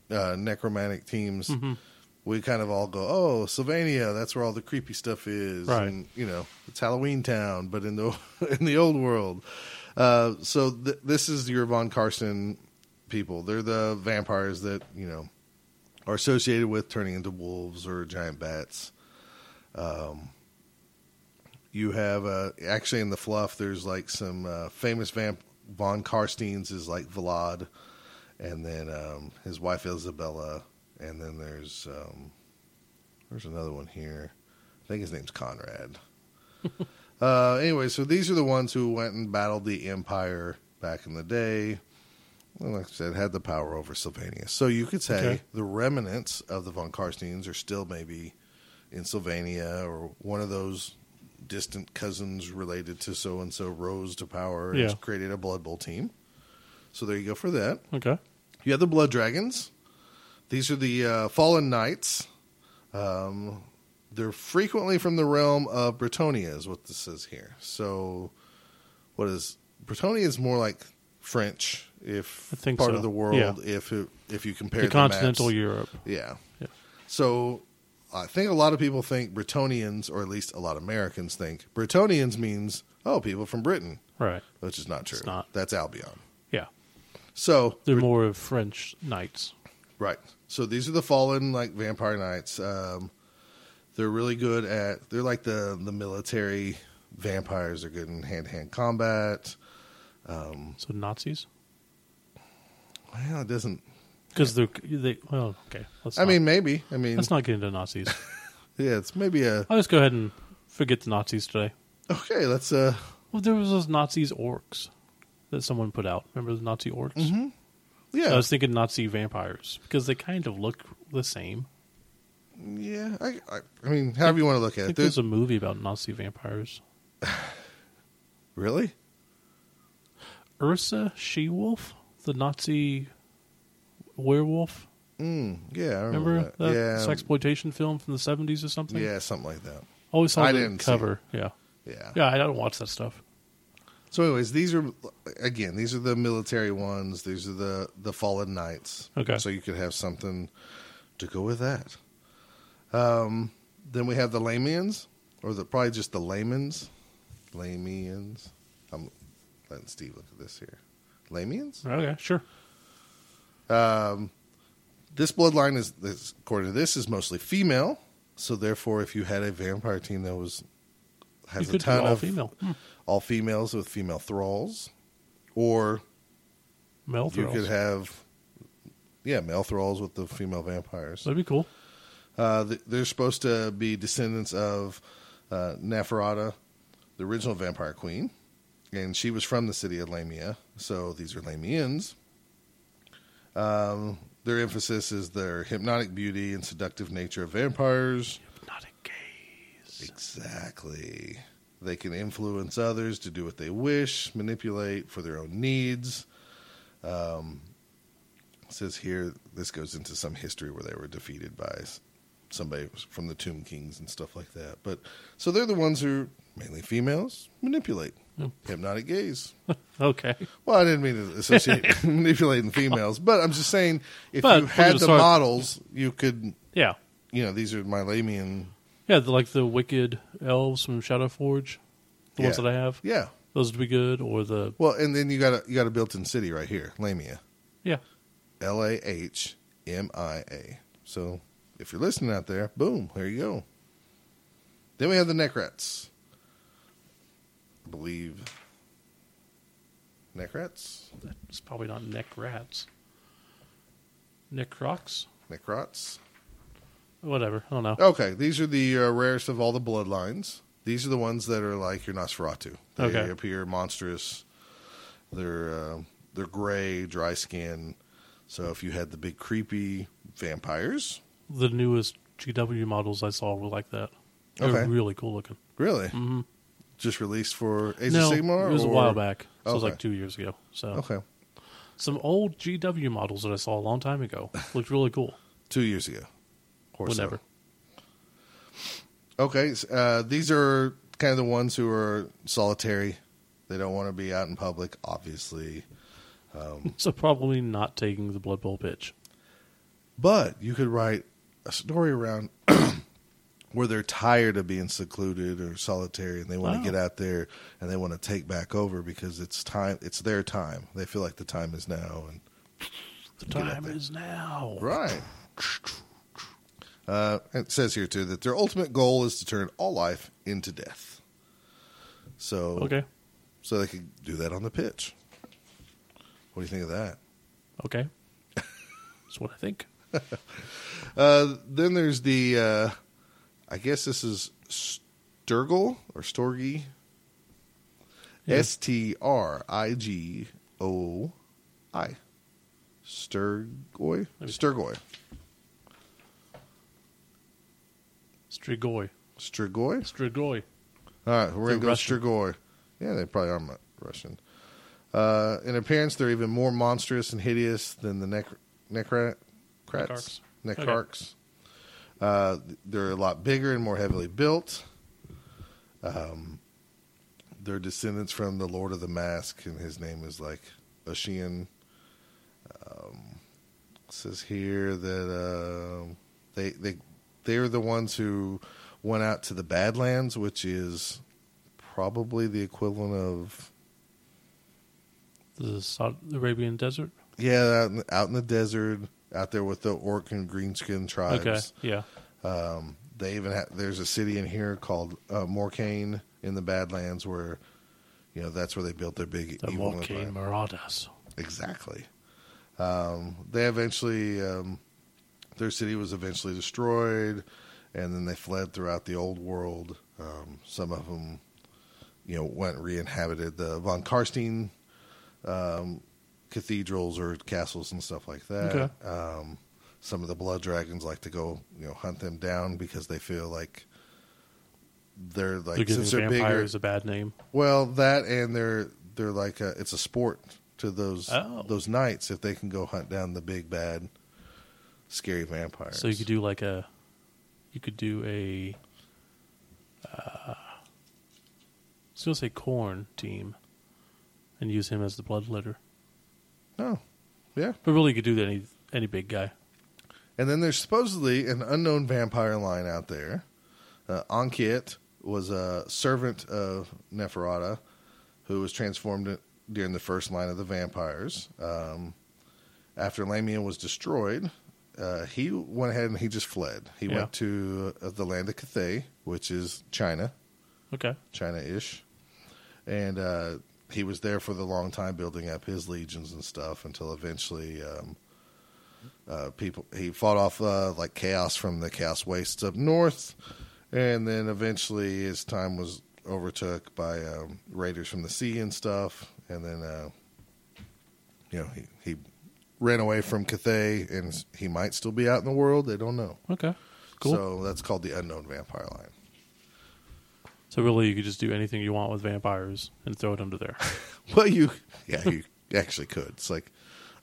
uh, necromantic teams, we kind of all go, "Oh, Sylvania, that's where all the creepy stuff is," Right. and you know, it's Halloween Town, but in the in the old world. Uh, so th- this is your Von Carson people. They're the vampires that you know are associated with turning into wolves or giant bats. Um, you have uh, actually in the fluff. There's like some uh, famous vamp. Von Karstein's is like Vlad, and then um, his wife Isabella, and then there's um, there's another one here. I think his name's Conrad. uh, anyway, so these are the ones who went and battled the Empire back in the day. Well, like I said, had the power over Sylvania. So you could say Okay. the remnants of the von Karsteins are still maybe in Sylvania or one of those distant cousins related to so and so rose to power and Yeah. has created a Blood Bowl team. So there you go for that. Okay. You have the Blood Dragons. These are the uh, Fallen Knights. Um, they're frequently from the realm of Bretonia, is what this says here. So, what is Bretonia is more like French, if I think part so. of the world, Yeah. if it, if you compare The the maps. continental Europe. Yeah. Yeah. So I think a lot of people think Bretonians, or at least a lot of Americans think Bretonians means oh people from Britain, Right. which is not true. not. That's Albion. Yeah. So They're more of French knights. Right. So these are the fallen like vampire knights. Um, they're really good at. They're like the the military vampires. They're good in hand to hand combat. So Nazis? Well, it doesn't. Because they're they well okay. Let's I not, mean, maybe. I mean, let's not get into Nazis. yeah, it's maybe a I'll just go ahead and forget the Nazis today. okay. Let's uh, Well, there was those Nazis orcs that someone put out. Remember the Nazi orcs? I Mm-hmm. yeah, was thinking Nazi vampires because they kind of look the same. yeah. I, I, I mean, however you want to look at I it. think there's There's, a movie about Nazi vampires. really? Ursa She-Wolf, the Nazi werewolf. Mm, yeah, I remember, Remember that. that yeah, sexploitation film from the 70s or something? yeah, something like that. Always saw I the didn't see cover. Yeah. Yeah. Yeah, I don't watch that stuff. So, anyways, these are again, these are the military ones. These are the the fallen knights. Okay. So you could have something to go with that. Um, then we have the Lamians, or the probably just the Lamans. Lamians. I'm letting Steve look at this here. Lamians. Okay, sure. This bloodline is, is according to this, is mostly female. So therefore, if you had a vampire team that was You has a could do ton all of female. Hmm. all females with female thralls, or Male you thralls. could have yeah male thralls with the female vampires That'd be cool. uh, th- they're supposed to be descendants of uh, Neferata, the original vampire queen, and she was from the city of Lamia. So these are Lamians. Um, their emphasis is their hypnotic beauty and seductive nature of vampires. Not a gaze. Exactly. They can influence others to do what they wish, manipulate for their own needs. Um, it says here, this goes into some history where they were defeated by s- somebody from the Tomb Kings and stuff like that. But so they're the ones who mainly females manipulate, Yep. hypnotic gaze. Okay. Well, I didn't mean to associate manipulating females, but I'm just saying if But you we're had gonna the start- models, you could, Yeah. you know, these are Mylamian. Yeah, the, like the wicked elves from Shadow Forge. The ones Yeah. that I have. Yeah. Those would be good. Or the. Well, and then you got a you got a built-in city right here, Lamia, Yeah. L A H M I A. So if you're listening out there, boom, there you go. Then we have the Necrats. I believe Necrats, It's probably not neck rats. Necrocs? Necrots. Whatever. I don't know. Okay, these are the uh, rarest of all the bloodlines. These are the ones that are like your Nosferatu. They Okay. appear monstrous. They're uh, they're gray, dry skin. So if you had the big creepy vampires, The newest GW models I saw were like that. They're Okay. really cool looking. really, mm-hmm. just released for Age no, of Sigmar. it was or- a while back. So It was Okay. like two years ago. So Okay, some old GW models that I saw a long time ago looked really cool. two years ago. Or so. Whatever. Okay, s- uh, these are kind of the ones who are solitary. They don't want to be out in public, obviously. So. probably not taking the Blood Bowl pitch. But you could write a story around where they're tired of being secluded or solitary and they want Wow. to get out there and they want to take back over because it's time it's their time. They feel like the time is now and The time is now. Right. Uh, it says here too that their ultimate goal is to turn all life into death. So Okay. so they could do that on the pitch. What do you think of that? Okay. That's what I think. Uh, then there's the, uh, I guess this is Sturgill or Storgy. Yeah. S T R I G O I. Sturgoy? Maybe- Sturgoy. Strigoi. Sturgoy? Strigoi. All right, we're They're going to go Russian. Strigoi. Yeah, they probably are Mu- Russian. Uh, in appearance, they're even more monstrous and hideous than the nec- necra- crats? Necarchs. Okay. Necarchs. Uh, they're a lot bigger and more heavily built. Um, they're descendants from the Lord of the Mask, and his name is like Ashian. Um, it says here that uh, they they they're the ones who went out to the Badlands, which is probably the equivalent of The Saudi Arabian desert. yeah, out in, out in the desert, out there with the orc and greenskin tribes. Okay. Yeah. Um, they even ha- there's a city in here called uh, Morcane in the Badlands where, you know, that's where they built their big The evil Mokin empire. Marauders. Exactly. Um, they eventually um, their city was eventually destroyed, and then they fled throughout the old world. Um, some of them, you know, went and re-inhabited the von Karstein um, cathedrals or castles and stuff like that. Okay. Um, some of the blood dragons like to go, you know, hunt them down because they feel like they're like they're giving since they're bigger, vampires a bad name. well, that and they're they're like a, it's a sport to those Oh. those knights if they can go hunt down the big bad scary vampires. So you could do like a, you could do a. Uh, I was gonna say corn team, and use him as the bloodletter. oh, yeah. But really, you could do that any any big guy. And then there's supposedly an unknown vampire line out there. Uh, Ankit was a servant of Neferata, who was transformed in- during the first line of the vampires. Um, after Lamia was destroyed, uh, he went ahead and he just fled. He Yeah. went to uh, the land of Cathay, which is China. Okay. China ish. And uh, he was there for the long time building up his legions and stuff until eventually um, uh, people he fought off uh, like chaos from the chaos wastes up north. And then eventually his time was overtook by um, raiders from the sea and stuff. And then, uh, you know, he, he ran away from Cathay and he might still be out in the world. They don't know. Okay. Cool. So, So that's called the Unknown Vampire Line. really, you could just do anything you want with vampires and throw it under there. Well, you, yeah, you actually could. It's like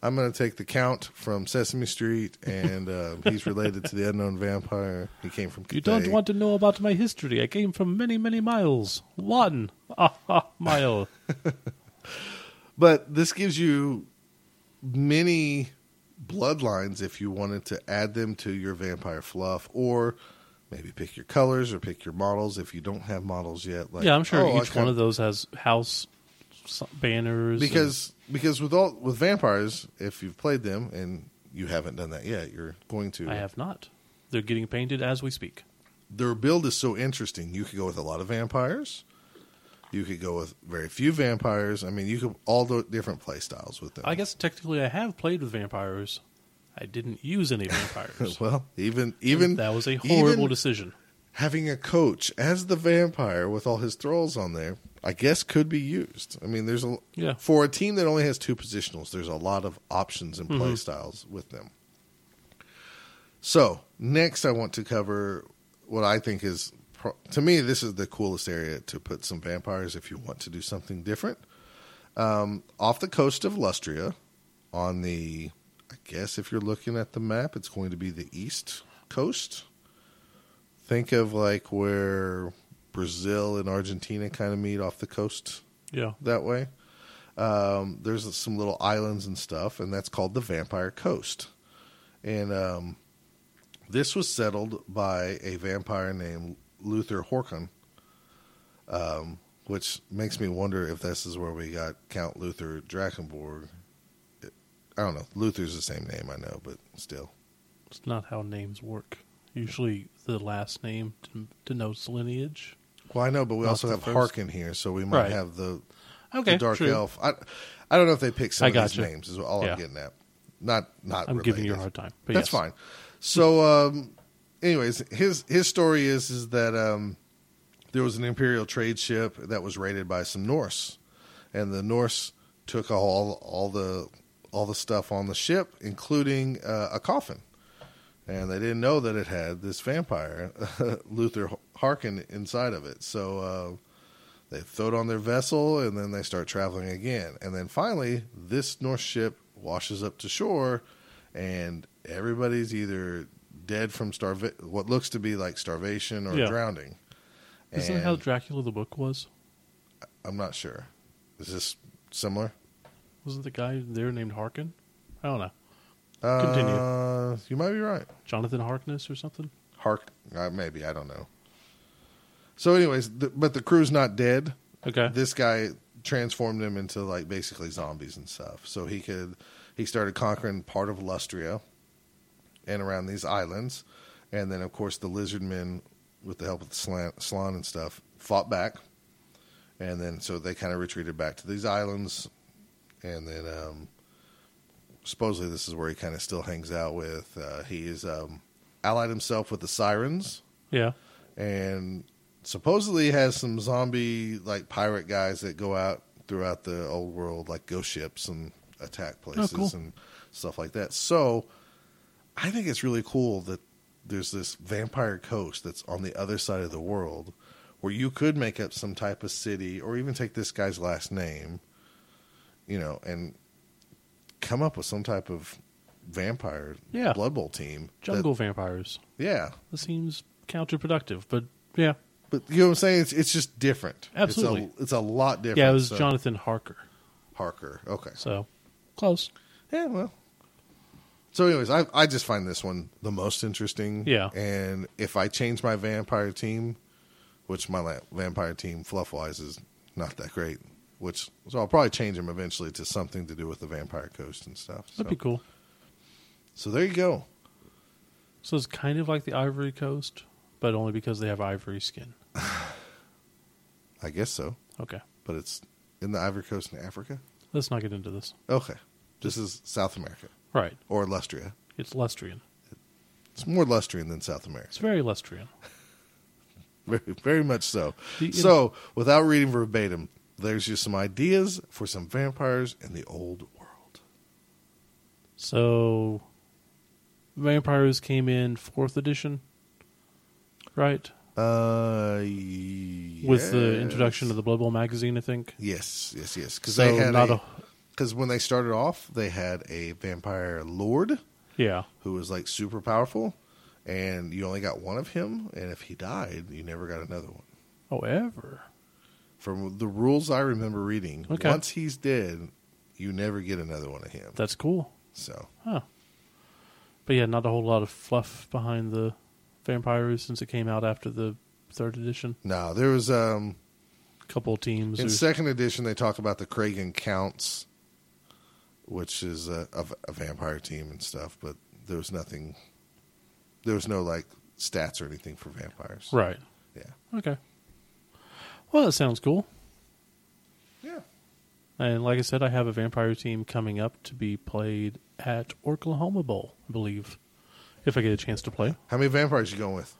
I'm going to take the Count from Sesame Street, and uh, he's related to the unknown vampire. He came from. you don't Cathay. want to know about my history. I came from many many miles. One ah, ah, mile. but this gives you many bloodlines if you wanted to add them to your vampire fluff, or maybe pick your colors or pick your models if you don't have models yet. Like, yeah, I'm sure oh, I each one kinda- of those has house s- banners. and- because because with all with vampires, if you've played them and you haven't done that yet, you're going to. I have not. They're getting painted as we speak. their build is so interesting. You could go with a lot of vampires. You could go with very few vampires. I mean, you could all the different play styles with them. I guess technically I have played with vampires. I didn't use any vampires. Well, even even that was a even horrible decision. having a coach as the vampire with all his thralls on there, I guess could be used. I mean, there's a Yeah. for a team that only has two positionals. There's a lot of options and play styles with them. So next, I want to cover what I think is pro- to me this is the coolest area to put some vampires if you want to do something different. Um, off the coast of Lustria, on the I guess if you're looking at the map, it's going to be the east coast think of like where Brazil and Argentina kind of meet off the coast Yeah. that way. Um, there's some little islands and stuff, and that's called the Vampire Coast. And um, This was settled by a vampire named Luther Horkon, um, which makes me wonder if this is where we got Count Luther Drakenborg. I don't know. Luther's the same name, I know, but still. It's not how names work. Usually, the last name den- denotes lineage. Well, I know, but we Not also the have first. Harkin here, so we might Right. have the, Okay, the Dark true. Elf. I, I don't know if they picked some I of these gotcha. names. Is all Yeah. I'm getting at. Not not. I'm giving you a related. hard time. But That's yes. fine. So, um, anyways, his his story is is that um, there was an imperial trade ship that was raided by some Norse, and the Norse took all all the all the stuff on the ship, including uh, a coffin. And they didn't know that it had this vampire, Luther Harkin, inside of it. So uh, they throw it on their vessel, and then they start traveling again. And then finally, this Norse ship washes up to shore, and everybody's either dead from starva- what looks to be like starvation or Yeah. drowning. Isn't that And how Dracula the book was? I'm not sure. Is this similar? Wasn't the guy there named Harkin? I don't know. Continue. Uh, you might be right. Jonathan Harkness or something? Hark, uh, maybe I don't know. So, anyways, th- but the crew's not dead. Okay. This guy transformed him into like basically zombies and stuff. So he could he started conquering part of Lustria and around these islands, and then of course the lizard men, with the help of the slan, slan and stuff, fought back, and then so they kind of retreated back to these islands, and then um, supposedly this is where he kind of still hangs out with. Uh, he is um, allied himself with the sirens yeah. and supposedly has some zombie like pirate guys that go out throughout the old world like ghost ships and attack places Oh, cool. and stuff like that. So I think it's really cool that there's this vampire coast that's on the other side of the world where you could make up some type of city or even take this guy's last name, you know, and come up with some type of vampire Yeah. blood bowl team. that- Jungle vampires. yeah. This seems counterproductive, but yeah. But you know what I'm saying? It's it's just different. Absolutely. it's a, it's a lot different. Yeah, it was so- Jonathan Harker. Harker. Okay, So close. yeah, well. So, anyways, I I just find this one the most interesting. Yeah. and if I change my vampire team, which my la- vampire team fluff wise is not that great, which so I'll probably change them eventually to something to do with the Vampire Coast and stuff. So, That'd be cool. so there you go. So it's kind of like the Ivory Coast, but only because they have ivory skin. I guess so, Okay. but it's in the Ivory Coast in Africa. Let's not get into this. Okay, this is South America Right. or Lustria. It's Lustrian. It's more Lustrian than South America. It's very Lustrian. Very, very much so. The- so, without reading verbatim, there's just some ideas for some vampires in the old world. So vampires came in fourth edition. Right? Uh, yes. With the introduction of the Blood Bowl magazine, I think. yes, yes, yes, because So they had not a a- because when they started off, they had a vampire lord Yeah. who was like super powerful, and you only got one of him, and if he died, you never got another one. Oh, However, From the rules I remember reading, Okay. once he's dead, you never get another one of him. that's cool. So Huh. But yeah, not a whole lot of fluff behind the vampires since it came out after the third edition. no, there was um. Couple teams. In who- second edition, they talk about the Kragan Counts, which is a, a, a vampire team and stuff, but there was nothing. There was no like stats or anything for vampires. right. Yeah. Okay. Well, that sounds cool. Yeah. And like I said, I have a vampire team coming up to be played at Oklahoma Bowl, I believe, if I get a chance to play. How many vampires you going with?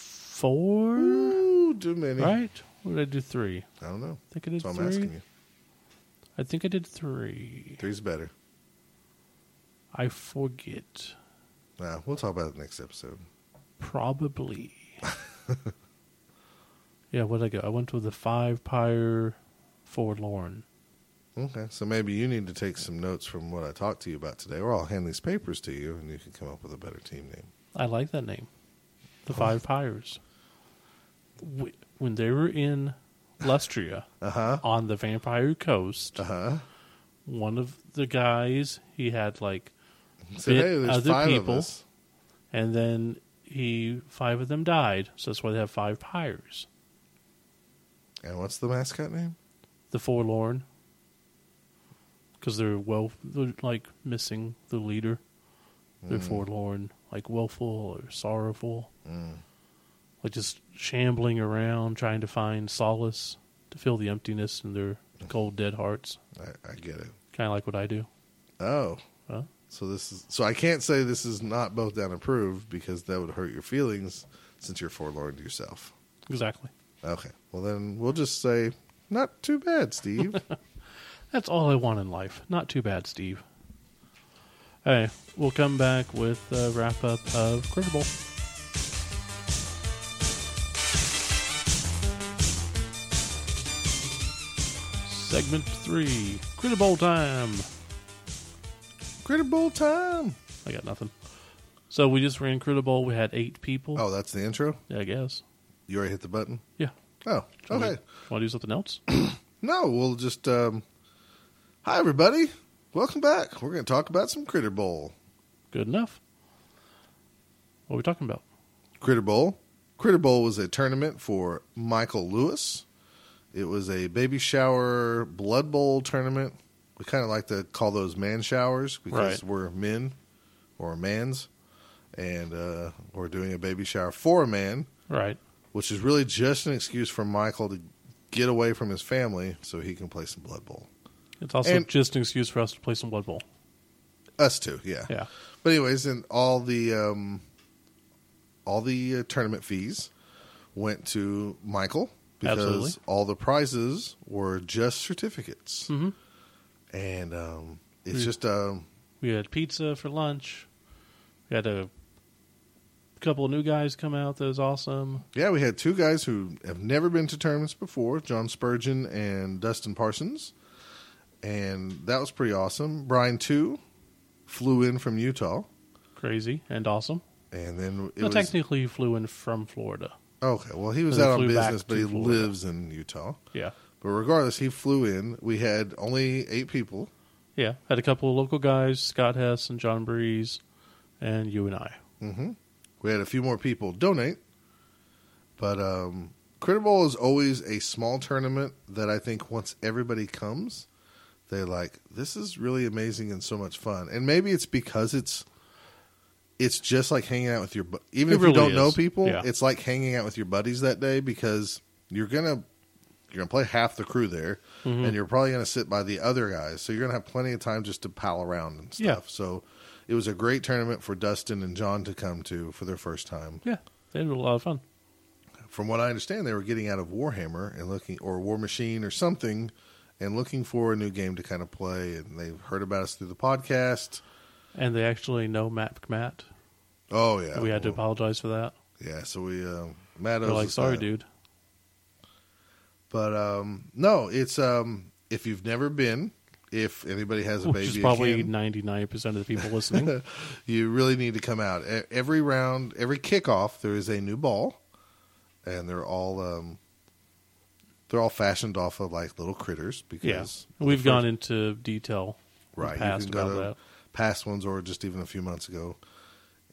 Four, Ooh, too many. right? Or did I do three? I don't know. I think I did That's what I'm asking three. you. I think I did three. Three's better. I forget. Nah, we'll talk about it next episode. Probably. yeah, what would I go? I went with the five pyre for Lauren. Okay, so maybe you need to take some notes from what I talked to you about today, or I'll hand these papers to you, and you can come up with a better team name. I like that name. The Five Pyres. Wh- When they were in Lustria Uh-huh. on the Vampire Coast, Uh huh. one of the guys, he had like So, bit hey, there's other five people. of us. and then he five of them died, so that's why they have five pyres. And what's the mascot name? The forlorn, because they're well, they're like missing the leader. They're forlorn, like woeful or sorrowful, like just shambling around trying to find solace to fill the emptiness in their cold, dead hearts. I, I get it. Kind of like what I do. Oh, Huh? so this is so I can't say this is not both down approved because that would hurt your feelings since you're forlorn to yourself. Exactly. Okay, well then we'll just say not too bad, Steve. That's all I want in life. Not too bad, Steve. Hey, we'll come back with a wrap up of Credible. Segment three, Credible time. Critter Bowl time. I got nothing. So we just ran Credible. We had eight people. Oh, that's the intro. Yeah, I guess. You already hit the button. Yeah. Oh, okay. Want to do something else? No, we'll just. Um, hi, everybody. Welcome back. We're going to talk about some Critter Bowl. Good enough. What are we talking about? Critter Bowl. Critter Bowl was a tournament for Michael Lewis. It was a baby shower blood bowl tournament. We kind of like to call those man showers because Right. we're men or mans, and uh, we're doing a baby shower for a man, Right. which is really just an excuse for Michael to get away from his family so he can play some blood bowl. It's also And- just an excuse for us to play some Blood Bowl. Us too, yeah. Yeah. But anyways, and all the um, all the uh, tournament fees went to Michael because Absolutely. all the prizes were just certificates, Mm-hmm. and um, it's Hmm. just um, We had pizza for lunch. We had a couple of new guys come out. That was awesome. yeah, we had two guys who have never been to tournaments before, John Spurgeon and Dustin Parsons, and that was pretty awesome. Brian too flew in from Utah, Crazy and awesome. and then it Well, was technically, you flew in from Florida. okay. Well, he was They out on flew back business, but he to Florida. lives in Utah. Yeah. But regardless, he flew in. We had only eight people. Yeah. Had a couple of local guys, Scott Hess and John Breeze, and you and I. Mm-hmm. We had a few more people donate. But um, Critter Bowl is always a small tournament that I think once everybody comes, they're like, "This is really amazing and so much fun." And maybe it's because it's it's just like hanging out with your bu- even It if really you don't know is. people, Yeah. it's like hanging out with your buddies that day because you're gonna you're gonna play half the crew there, Mm-hmm. and you're probably gonna sit by the other guys, so you're gonna have plenty of time just to pal around and stuff. Yeah. So. It was a great tournament for Dustin and John to come to for their first time Yeah. They had a lot of fun. from what I understand, they were getting out of Warhammer and looking, or War Machine or something, and looking for a new game to kind of play. And they've heard about us through the podcast. And they actually know Matt McMatt. Oh yeah, we had to Well, apologize for that. Yeah, so we uh, Matt. We're owes like, us sorry, that. dude. But um, no, it's um, if you've never been, if anybody has a Which baby, is and probably can- 99% of the people listening. you really need to come out E- every round every kickoff there is a new ball and they're all um they're all fashioned off of like little critters yeah. because We've gone into detail in the right past you can about go to that. past ones or just even a few months ago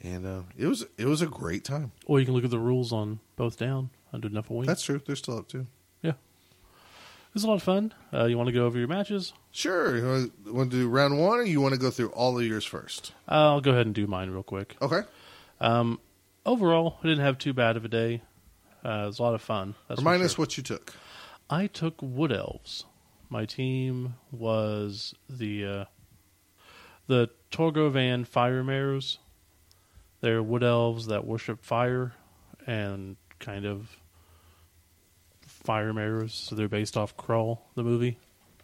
and uh, it was it was a great time Or you can look at the rules on both down under Nuffle Wing. that's true they're still up too Yeah. It was a lot of fun. Uh, you want to go over your matches? sure you want to, want to do round one or you want to go through all of yours first I'll go ahead and do mine real quick. Um, okay Overall, I didn't have too bad of a day. Uh, it was a lot of fun. That's remind for us sure. what you took I took Wood Elves. My team was the uh, the Torgovan Fire Mares. They're Wood Elves that worship fire and kind of fire mares. So they're based off Krull, the movie.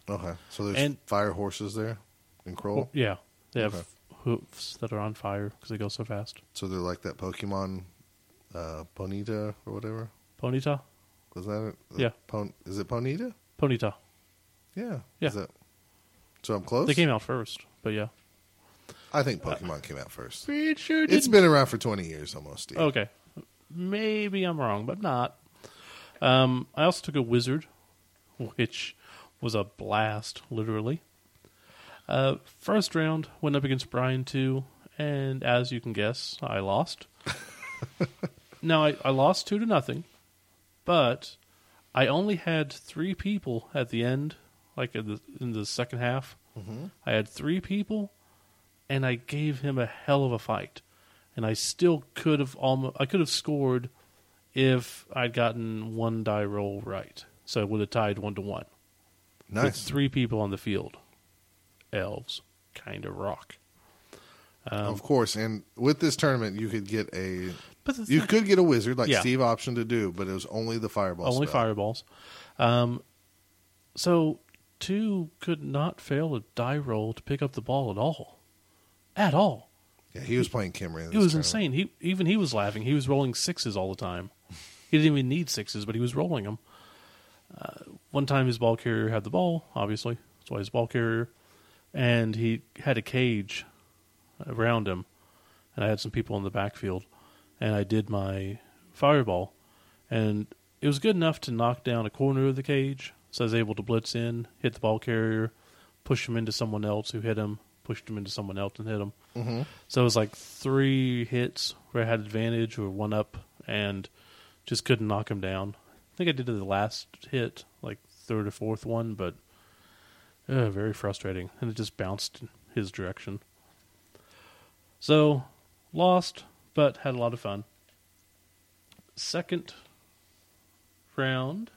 okay so there's And- fire horses there and Kroll. Well, yeah, they have Okay. hoofs that are on fire because they go so fast. So they're like that Pokemon, uh, Ponita or whatever. Ponyta, Was that it? Yeah. Pon- is it Ponita? Ponyta. Yeah. Yeah. Is that- so I'm close. They came out first, but yeah. I think Pokemon came out first. Pretty sure It's been around for 20 years almost. Steve. okay. Maybe I'm wrong, but not. Um, I also took a wizard, which was a blast, literally. Uh, first round went up against Brian too, and as you can guess, I lost. now I, I lost two to nothing, but I only had three people at the end, like in the in the second half. I had three people, and I gave him a hell of a fight, and I still could have almost I could have scored if I'd gotten one die roll right, so it would have tied one to one with Nice. three people on the field. Elves kind of rock. Um, of course. And with this tournament, you could get a But the you could get a wizard like Yeah. Steve optioned to do, but it was only the fireball. only spell. fireballs. Um, so two could not fail a die roll to pick up the ball at all, at all. Yeah, he was playing Kimry. in It this was tournament. insane. He even he was laughing. He was rolling sixes all the time. He didn't even need sixes, but he was rolling them. Uh, one time, his ball carrier had the ball. Obviously, that's why his ball carrier, and he had a cage around him. And I had some people in the backfield, and I did my fireball, and it was good enough to knock down a corner of the cage. So I was able to blitz in, hit the ball carrier, push him into someone else who hit him, pushed him into someone else and hit him. So it was like three hits where I had advantage or one up and just couldn't knock him down. I think I did the last hit, like third or fourth one, but uh, very frustrating. And it just bounced in his direction. So lost, but had a lot of fun. Second round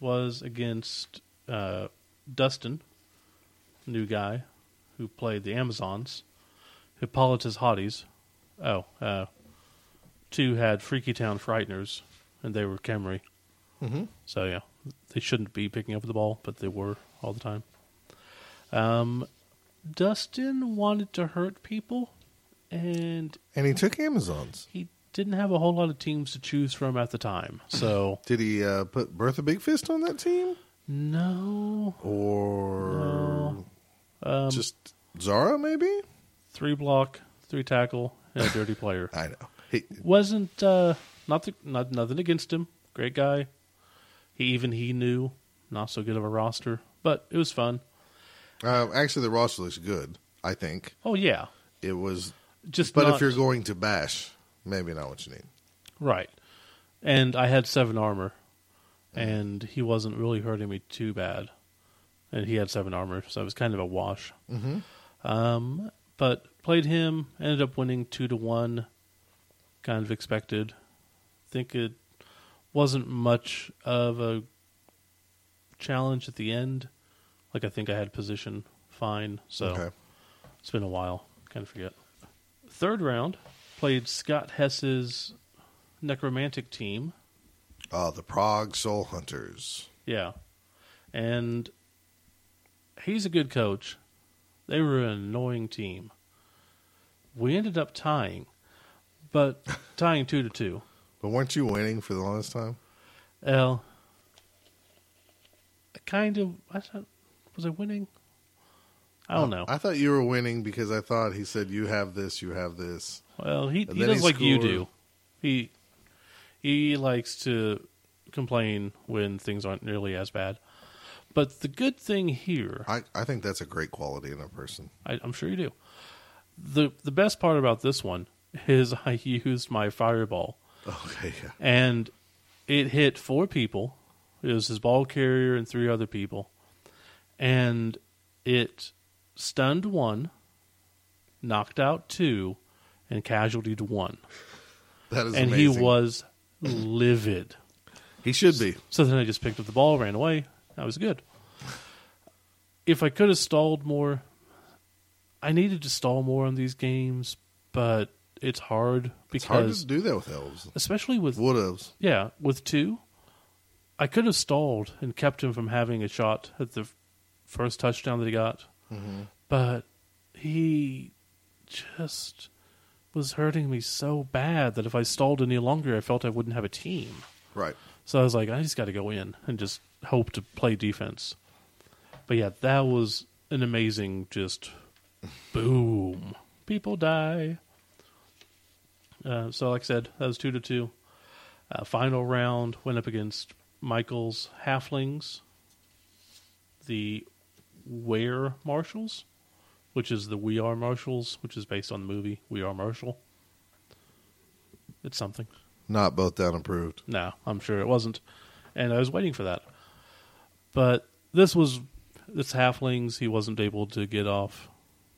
was against uh, Dustin, new guy who played the Amazons. Hippolyta's Hotties. Oh, uh, two had Freaky Town Frighteners, and they were Camry. Mhm. So yeah, they shouldn't be picking up the ball, but they were all the time. Um, Dustin wanted to hurt people, and And he took Amazons. he didn't have a whole lot of teams to choose from at the time. So Did he uh, put Bertha Big Fist on that team, no, or No. Um, just Zara? Maybe three block, three tackle, and a dirty player. I know. He, wasn't uh, not the, not nothing against him. Great guy. He even he knew not so good of a roster, but it was fun. uh, actually, the roster looks good. I think Oh yeah, it was, just but not, if you're going to bash, maybe not what you need. right, and I had seven armor, and he wasn't really hurting me too bad, and he had seven armor, so it was kind of a wash. Mm-hmm. Um, but played him, ended up winning two to one, kind of expected. Think it wasn't much of a challenge at the end. Like I think I had position fine, so Okay. it's been a while. Kind of forget. Third round played Scott Hess's necromantic team. Uh, the Prague Soul Hunters. Yeah. And he's a good coach. They were an annoying team. We ended up tying, but tying two to two. But weren't you winning for the longest time? L. I kind of I thought, was I winning? I don't know. I thought you were winning because I thought he said you have this, you have this. Well, he, And he then does he like you scored. do. He he likes to complain when things aren't nearly as bad. But the good thing here I, I think that's a great quality in a person. I, I'm sure you do. the The best part about this one is I used my fireball, Okay, yeah. and it hit four people. It was his ball carrier and three other people, and it stunned one, knocked out two, and casualtied one. That is and amazing. he was livid. He should be. So then I just picked up the ball, ran away. That was good. If I could have stalled more, I needed to stall more on these games, but it's hard It's hard because, to do that with elves. especially with Wood elves. yeah, with two, I could have stalled and kept him from having a shot at the f- first touchdown that he got, but he just was hurting me so bad that if I stalled any longer, I felt I wouldn't have a team. Right. So I was like, I just got to go in and just hope to play defense. But yeah, that was an amazing just boom. People die. Uh, so like I said, that was two to two. Uh, final round went up against Michael's Halflings, the Ware Marshals, which is the We Are Marshals, which is based on the movie We Are Marshall. It's something. Not both down approved. No, I'm sure it wasn't. And I was waiting for that. But this was this halflings, he wasn't able to get off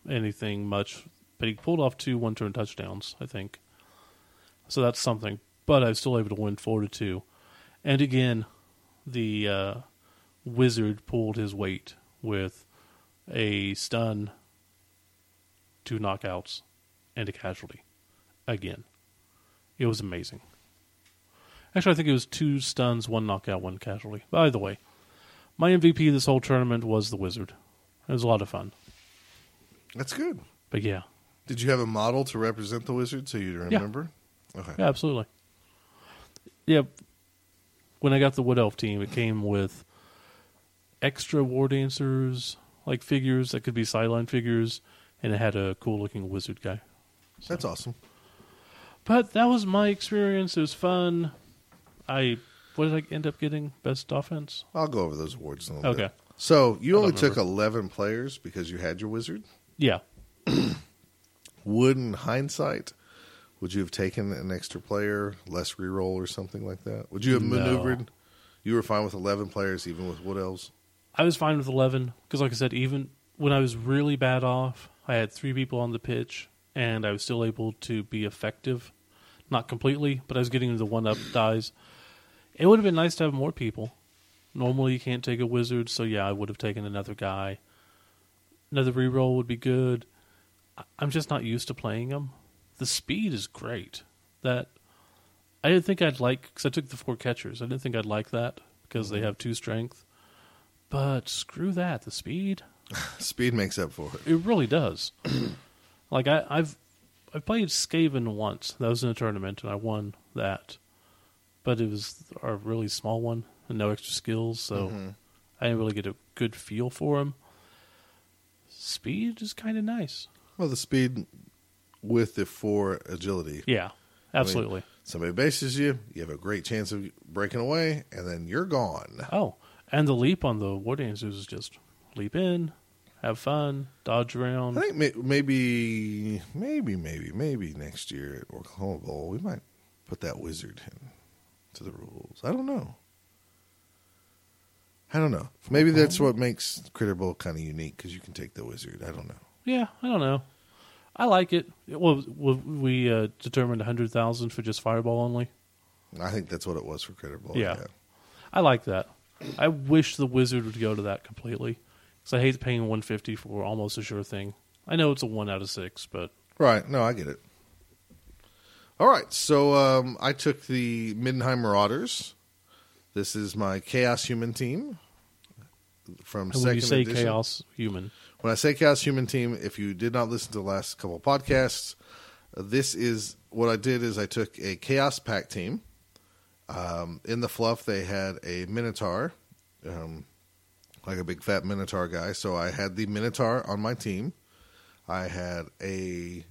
anything much, but he pulled off two one turn touchdowns, I think. So that's something. But I was still able to win four to two. And again, the uh, wizard pulled his weight with a stun, two knockouts, and a casualty. Again. It was amazing. Actually, I think it was two stuns, one knockout, one casualty. By the way, my MVP this whole tournament was the Wizard. It was a lot of fun. That's good. But yeah, Did you have a model to represent the wizard so you remember? Okay. yeah absolutely. Yeah, when I got the Wood Elf team, it came with extra War Dancers, like figures that could be sideline figures, and it had a cool looking Wizard guy. That's awesome. But that was my experience. It was fun. I. What did I end up getting? Best offense? I'll go over those awards in a little Okay. bit. So you I only don't took 11 players because you had your wizard. Yeah. Would, in hindsight, would you have taken an extra player, less reroll or something like that? Would you have No. maneuvered? You were fine with 11 players, even with wood elves. I was fine with 11 because, like I said, even when I was really bad off, I had three people on the pitch and I was still able to be effective. Not completely, but I was getting the one up dies. It would have been nice to have more people. Normally, you can't take a wizard, so yeah, I would have taken another guy. Another reroll would be good. I- I'm just not used to playing them. The speed is great. That I didn't think I'd like because I took the four catchers. I didn't think I'd like that because they have two strength. But screw that, the speed. Speed makes up for it. It really does. like I, I've I've played Skaven once. That was in a tournament and I won that. But it was a really small one and no extra skills, so I didn't really get a good feel for him. Speed is kind of nice. Well, the speed with the four agility. Yeah, absolutely. Somebody bases you, you have a great chance of breaking away, and then you're gone. Oh, and the leap on the War Dancers is just leap in, have fun, dodge around. I think may- maybe, maybe, maybe, maybe next year at Oklahoma Bowl, we might put that wizard in to the rules. I don't know. I don't know. Maybe that's what makes Critter Bowl kind of unique because you can take the wizard. I don't know. Yeah, I don't know. I like it. Well, w- we uh, determined a hundred thousand for just fireball only. I think that's what it was for Critter Bowl. Yeah. I like that. I wish the wizard would go to that completely because I hate paying one fifty for almost a sure thing. I know it's a one out of six, but Right. No, I get it. All right. So um, I took the Middenheim Marauders. This is my Chaos Human team from and when second you say edition. chaos human, When I say Chaos Human Team, if you did not listen to the last couple podcasts, uh, this is what I did is I took a Chaos Pack team. Um, in the fluff, they had a Minotaur, um, like a big fat Minotaur guy. So I had the Minotaur on my team. I had a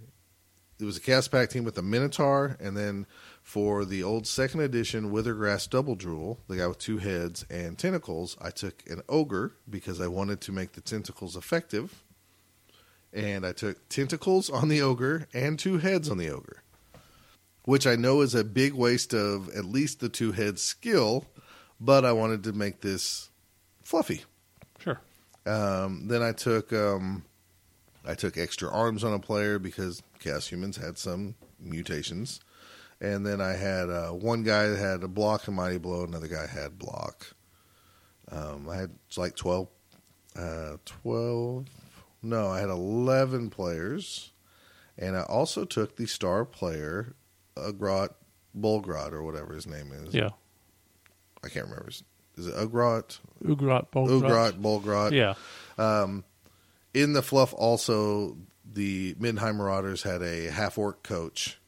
it was a Chaos Pack team with a Minotaur, and then for the old second edition Withergrass Double Drool, the guy with two heads and tentacles, I took an ogre because I wanted to make the tentacles effective. And I took tentacles on the ogre and two heads on the ogre, which I know is a big waste of at least the two head skill, but I wanted to make this fluffy. sure. Um, then I took um, I took extra arms on a player because chaos humans had some mutations, and then I had uh, one guy that had a block and mighty blow, another guy had block. Um, I had like twelve, uh, twelve. No, I had eleven players, and I also took the star player, Ugrot Bolgrot or whatever his name is. Yeah, I can't remember. Is it Ugrot? Ugrot, Bolgrot. Ugrot Bolgrot Yeah, in the fluff also the Midheim Marauders had a half orc coach.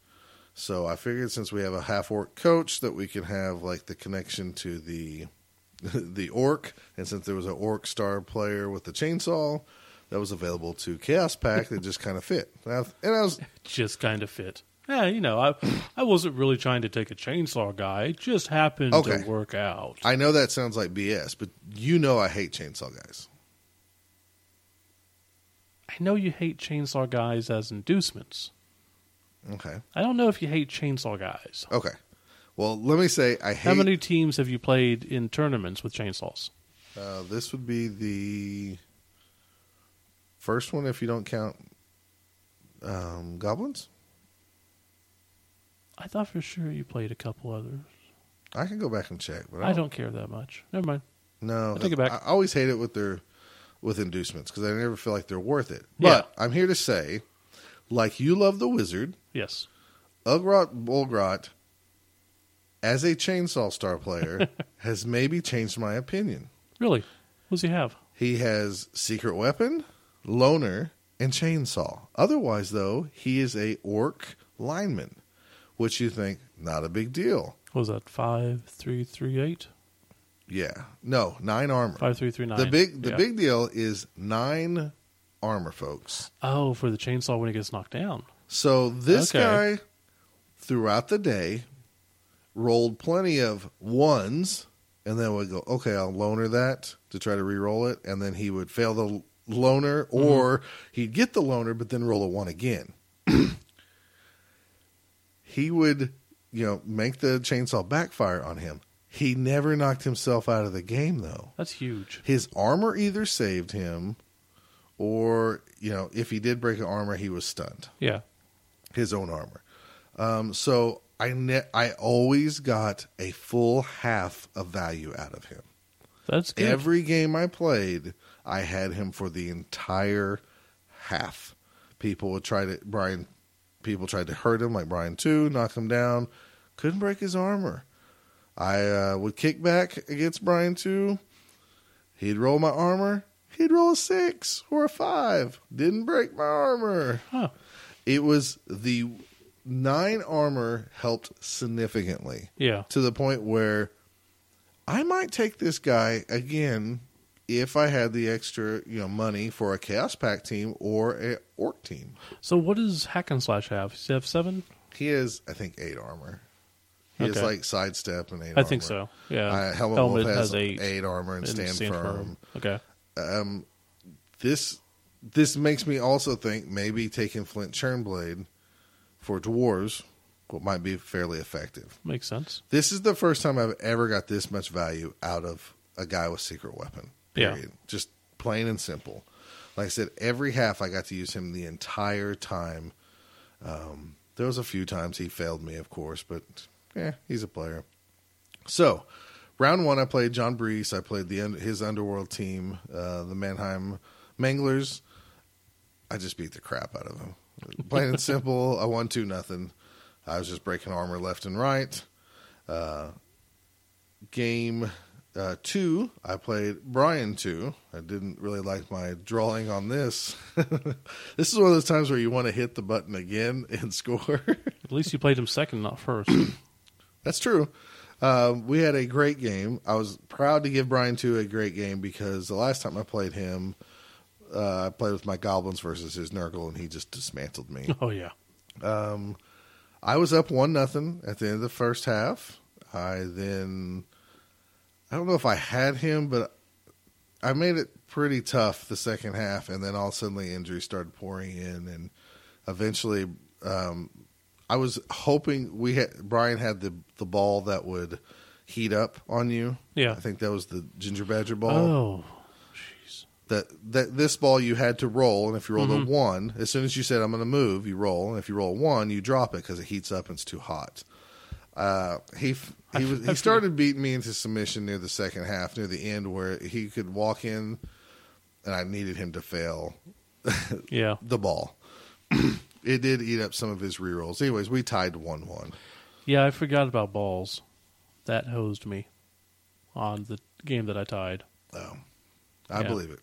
So I figured since we have a half orc coach that we can have like the connection to the the orc and since there was an orc star player with the chainsaw that was available to Chaos Pack that just kind of fit. And I, and I was just kind of fit. Yeah, you know, I I wasn't really trying to take a chainsaw guy. It just happened Okay. to work out. I know that sounds like BS, but you know I hate chainsaw guys. I I know you hate chainsaw guys as inducements. Okay. I don't know if you hate chainsaw guys. Okay. Well, let me say I hate. How many teams have you played in tournaments with chainsaws? Uh, this would be the first one if you don't count um, goblins. I thought for sure you played a couple others. I can go back and check, but I don't care that much. Never mind. No, I take it back. I always hate it with their with inducements because I never feel like they're worth it. Yeah. But I'm here to say, like you love the wizard, Yes. Ugrot Bolgrot, as a chainsaw star player, has maybe changed my opinion. Really? What does he have? He has secret weapon, loner, and chainsaw. Otherwise, though, he is a orc lineman, which you think not a big deal. What was that? Five three three eight? Yeah, no nine armor. Five three three nine. The big the Yeah. big deal is nine armor, folks. Oh, for the chainsaw when it gets knocked down. So this Okay. guy throughout the day rolled plenty of ones and then would go, okay, I'll loner that to try to re-roll it, and then he would fail the loner or he'd get the loner but then roll a one again. he would, you know, make the chainsaw backfire on him. He never knocked himself out of the game though That's huge. his armor either saved him or you know if he did break an armor he was stunned Yeah. his own armor um, so i ne- i always got a full half of value out of him That's good. every game i played i had him for the entire half people would try to brian people tried to hurt him like brian too knock him down couldn't break his armor i uh, would kick back against brian too He'd roll my armor. He'd roll a six or a five. Didn't break my armor. Huh. It was the nine armor helped significantly Yeah. to the point where I might take this guy again if I had the extra you know money for a chaos pack team or a orc team. So what does Hack and Slash have? Does he have seven? He has I think eight armor. He has Okay. like sidestep and eight. I think armor. so. Yeah. Uh, Helmet, Wolf has, eight, armor and, and stand, firm. Okay. um, this this makes me also think maybe taking Flint Churnblade for dwarves what might be fairly effective. Makes sense. This is the first time I've ever got this much value out of a guy with secret weapon. Yeah. Period. Just plain and simple. Like I said, every half I got to use him the entire time. Um, there was a few times he failed me, of course, but yeah, he's a player. So, round one, I played John Brees. I played the un- his underworld team, uh, the Mannheim Manglers. I just beat the crap out of him. Plain and simple. I won two nothing. I was just breaking armor left and right. Uh, game uh, two, I played Brian two. I didn't really like my drawing on this. this is one of those times where you want to hit the button again and score. At least you played him second, not first. That's true. Um, we had a great game. I was proud to give Brian two a great game because the last time I played him, uh, I played with my goblins versus his Nurgle, and he just dismantled me. oh yeah. Um, I was up one nothing at the end of the first half. I then, I don't know if I had him, but I made it pretty tough the second half, and then all suddenly injuries started pouring in, and eventually, um, I was hoping we had Brian had the the ball that would heat up on you. Yeah. I think that was the ginger badger ball Oh. Jeez. that that this ball you had to roll, and if you rolled Mm-hmm. a one, as soon as you said I'm going to move, you roll, and if you roll a one, you drop it because it heats up and it's too hot. Uh, he f- I he f- was, I he started beating me into submission near the second half, near the end where he could walk in, and I needed him to fail Yeah. the ball. it did eat up some of his re rolls. Anyways, we tied one one. Yeah, I forgot about balls. That hosed me on the game that I tied. Oh, I Yeah. believe it.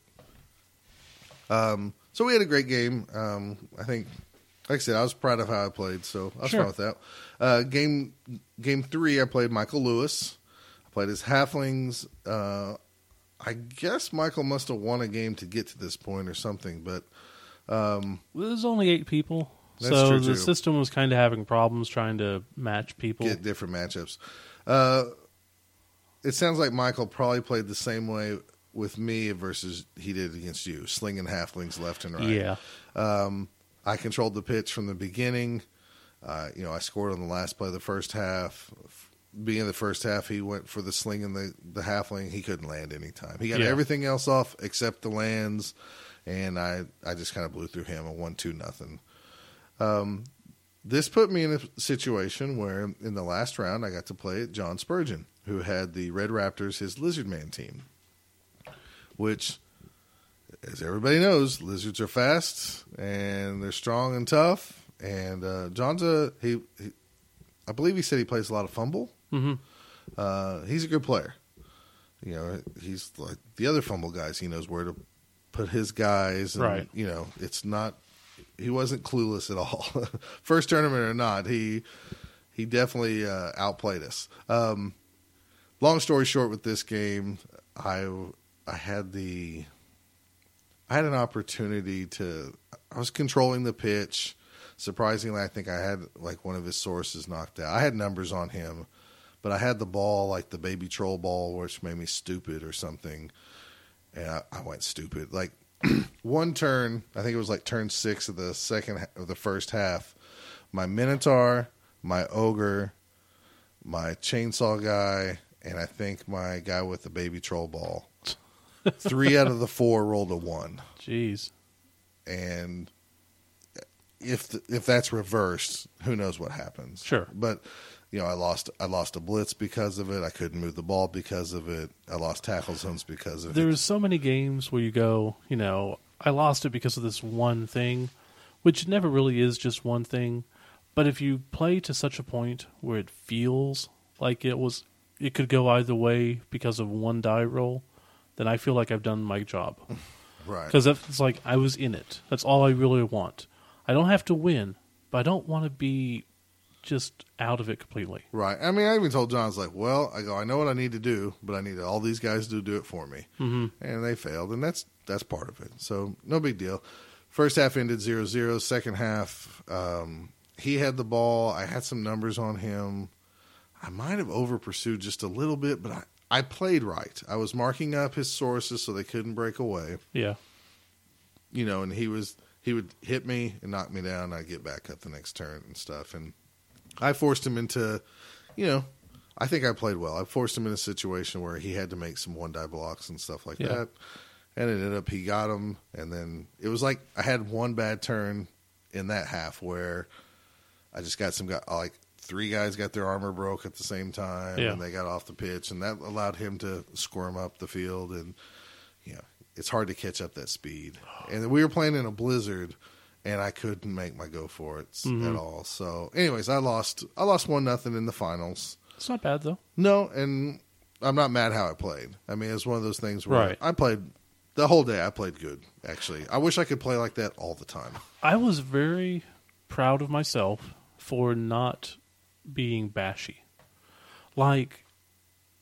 Um, so we had a great game. Um, I think, like I said, I was proud of how I played, so I was Sure. fine with that. Uh, game game three, I played Michael Lewis. I played his halflings. Uh, I guess Michael must have won a game to get to this point or something, but Well, There's only eight people. That's so true, the too. system was kind of having problems trying to match people. get different matchups. Uh, it sounds like Michael probably played the same way with me versus he did against you, slinging halflings left and right. Yeah. I controlled the pitch from the beginning. Uh, you know, I scored on the last play of the first half. Being the first half, he went for the sling and the, the halfling. He couldn't land any time. He got Yeah. everything else off except the lands, and I, I just kind of blew through him and won 2 nothing. Um, this put me in a situation where in the last round I got to play John Spurgeon, who had the Red Raptors, his Lizard Man team, which as everybody knows, lizards are fast and they're strong and tough. And uh, John's a he, he, I believe he said he plays a lot of fumble. Mhm. Uh, he's a good player. You know, he's like the other fumble guys. He knows where to put his guys. And, Right. You know, it's not. He wasn't clueless at all, first tournament or not. He he definitely uh, outplayed us. Um, long story short, with this game, I I had the I had an opportunity to. I was controlling the pitch. Surprisingly, I think I had like one of his sources knocked out. I had numbers on him, but I had the ball like the baby troll ball, which made me stupid or something. And I, I went stupid. Like one turn, I think it was like turn six of the second ha- of the first half. My minotaur, my ogre, my chainsaw guy, and I think my guy with the baby troll ball. Three out of the four rolled a one Jeez. and if th- if that's reversed, who knows what happens? Sure. but you know, I lost I lost a blitz because of it. I couldn't move the ball because of it. I lost tackle zones because of it. There's so many games where you go, you know, I lost it because of this one thing, which never really is just one thing. But if you play to such a point where it feels like it was, it could go either way because of one die roll, then I feel like I've done my job. Right, Because that's like I was in it. That's all I really want. I don't have to win, but I don't want to be just out of it completely. right. I mean, I even told John, I was like, "Well, I go, I know what I need to do, but I need all these guys to do it for me." hmm and they failed, and that's that's part of it. So no big deal. First half ended 0-0. Second half, um, he had the ball. I had some numbers on him. I might have over pursued just a little bit, but I, I played right. I was marking up his sources so they couldn't break away. Yeah. You know, and he was he would hit me and knock me down. I'd get back up the next turn and stuff. And I forced him into, you know, I think I played well. I forced him in a situation where he had to make some one die blocks and stuff like Yeah. that. And it ended up he got him. And then it was like I had one bad turn in that half where I just got some guy, like three guys got their armor broke at the same time Yeah. and they got off the pitch. And that allowed him to squirm up the field. And, you know, it's hard to catch up that speed. And we were playing in a blizzard and I couldn't make my go for it s- Mhm. at all. So, anyways, I lost. I lost one nothing in the finals. It's not bad, though. No, and I'm not mad how I played. I mean, it's one of those things where Right. I played the whole day. I played good. Actually, I wish I could play like that all the time. I was very proud of myself for not being bashy. Like,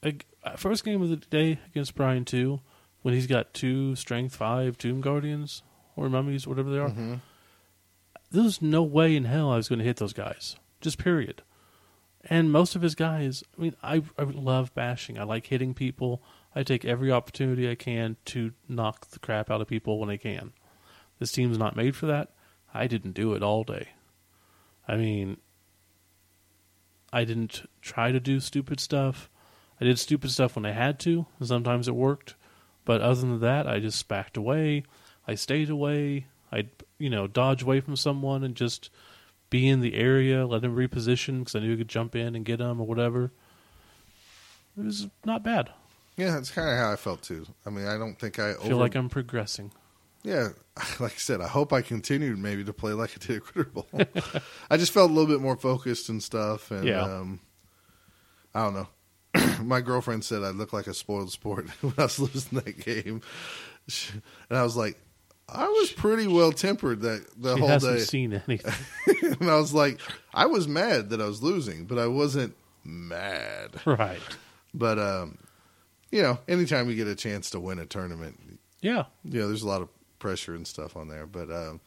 ag- uh, first game of the day against Brian too, when he's got two strength five Tomb Guardians or mummies, whatever they are. There's no way in hell I was going to hit those guys. Just period. And most of his guys, I mean, I, I love bashing. I like hitting people. I take every opportunity I can to knock the crap out of people when I can. This team's not made for that. I didn't do it all day. I mean, I didn't try to do stupid stuff. I did stupid stuff when I had to, and sometimes it worked. But other than that, I just backed away. I stayed away. I'd, you know, dodge away from someone and just be in the area, let him reposition because I knew he could jump in and get him or whatever. It was not bad. Yeah, that's kind of how I felt too. I mean, I don't think I I feel like I'm progressing. Yeah, like I said, I hope I continued maybe to play like I did at Critter Bowl. I just felt a little bit more focused and stuff, and Yeah. um, I don't know. My girlfriend said I looked like a spoiled sport when I was losing that game, She- and I was like, I was pretty well tempered that the He whole hasn't day, seen anything. and I was like, I was mad that I was losing, but I wasn't mad. right. But um, you know, anytime you get a chance to win a tournament, Yeah. yeah, there's a lot of pressure and stuff on there. But um,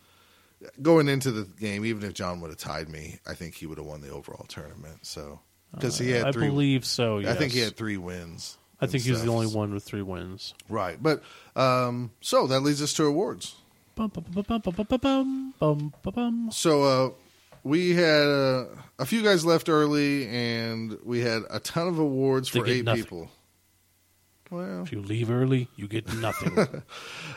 going into the game, even if John would have tied me, I think he would have won the overall tournament. So because he had I three, believe so. Yes. I think he had three wins. I I think he's the Seth's. only one with three wins. Right. But um, so that leads us to awards. Bum, bum, bum, bum, bum, bum, bum, bum, bum, bum. So uh, we had uh, a few guys left early, and we had a ton of awards They for get eight nothing. people. Well, If you leave early, you get nothing.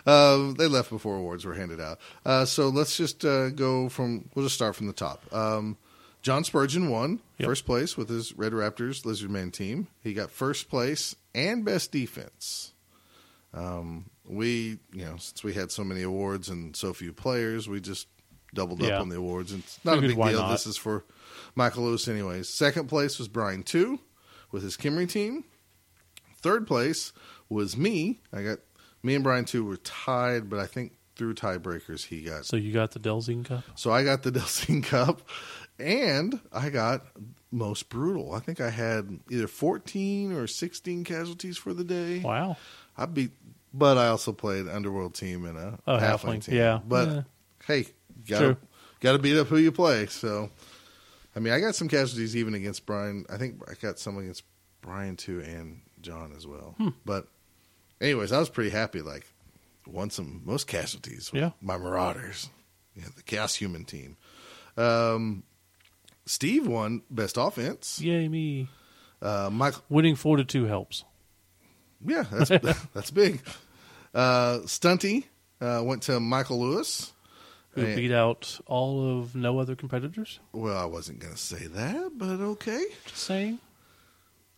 uh, they left before awards were handed out. Uh, so let's just uh, go from. We'll just start from the top. Um, John Spurgeon won Yep. first place with his Red Raptors Lizard Man team. He got first place and best defense. Um, we, you know, since we had so many awards and so few players, we just doubled Yeah. up on the awards. And it's not Figured a big why deal. not? This is for Michael Lewis, anyways. Second place was Brian Two with his Kimry team. Third place was me. I got me and Brian Two were tied, but I think through tiebreakers he got. so you got the Delzine Cup. So I got the Delsing Cup, and I got most brutal. I think I had either fourteen or sixteen casualties for the day. Wow. I beat, but I also played underworld team and a Oh, halfling, halfling, team. yeah. but Yeah. hey, gotta True. gotta beat up who you play. So, I mean, I got some casualties even against Brian. I think I got some against Brian too and John as well. Hmm. But, anyways, I was pretty happy. Like, won some most casualties. With Yeah. my Marauders, yeah, the Chaos Human team. Um, Steve won best offense. Yay me. Uh, Michael. Winning four to two helps. Yeah, that's that's big. Uh, Stunty uh, went to Michael Lewis. Who Yeah. beat out all of no other competitors? Well, I wasn't going to say that, but okay. Just saying.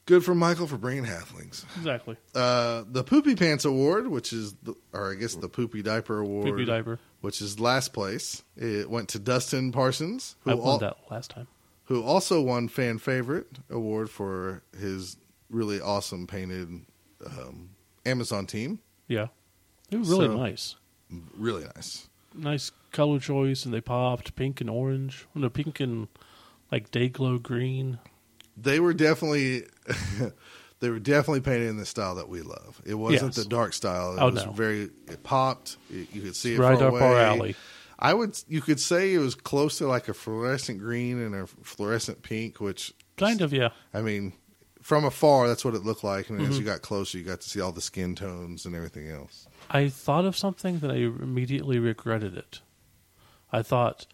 Good for Michael for bringing halflings. Exactly. Uh, the Poopy Pants Award, which is, the, or I guess the Poopy Diaper Award, Poopy diaper. which is last place, it went to Dustin Parsons, who, I won al- that last time. who also won Fan Favorite Award for his really awesome painted um, Amazon team. Yeah. They were really So- nice. Really nice. Nice color choice, and they popped pink and orange. No, pink and like day glow green. they were definitely they were definitely painted in the style that we love. It wasn't Yes. the dark style. It Oh, was no. very it popped. It, you could see it Right far up away. our alley. I would you could say it was close to like a fluorescent green and a fluorescent pink, which Kind of, yeah. I mean from afar that's what it looked like, and Mm-hmm. as you got closer, you got to see all the skin tones and everything else. I thought of something that I immediately regretted it. I thought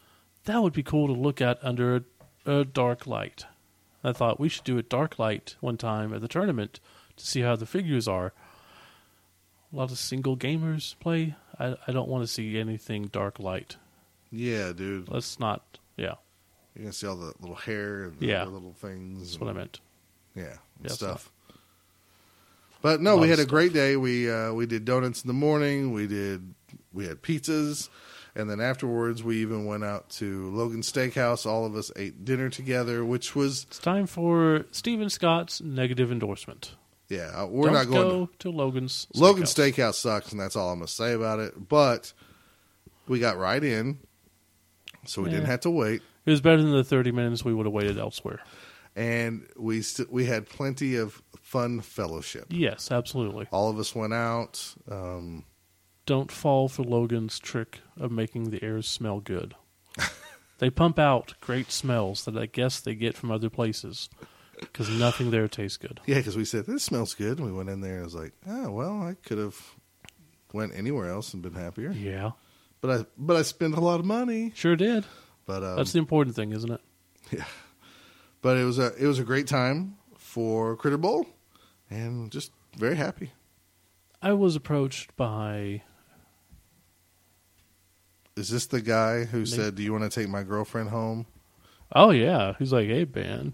that would be cool to look at under a, a dark light. I thought we should do a dark light one time at the tournament to see how the figures are. A lot of single gamers play. I, I don't want to see anything dark light. Yeah, dude, Let's not. Yeah, you can see all the little hair and the Yeah. other little things. that's what I meant. Yeah, and Yeah, stuff. But no, Lot we of had a stuff. great day. We uh, we did donuts in the morning. We did we had pizzas, and then afterwards we even went out to Logan Steakhouse. All of us ate dinner together, which was It's time for Stephen Scott's negative endorsement. yeah. uh, We're don't not going. go to, Logan's. to, Logan Steakhouse. Steakhouse sucks, and that's all I'm gonna say about it. But we got right in, so we didn't Yeah. have to wait, It was better than the thirty minutes we would have waited elsewhere. and we st- we had plenty of fun fellowship. Yes, absolutely. All of us went out. Um, don't fall for Logan's trick of making the airs smell good. they pump out great smells that I guess they get from other places because nothing there tastes good. Yeah, because we said this smells good, and we went in there. and I was like, oh well, I could have went anywhere else and been happier. Yeah, But I but I spent a lot of money. sure did. But um, That's the important thing, isn't it? but it was a it was a great time for Critter Bowl, and just very happy. I was approached by Is this the guy who said, "Do you want to take my girlfriend home"? oh yeah, he's like, hey man,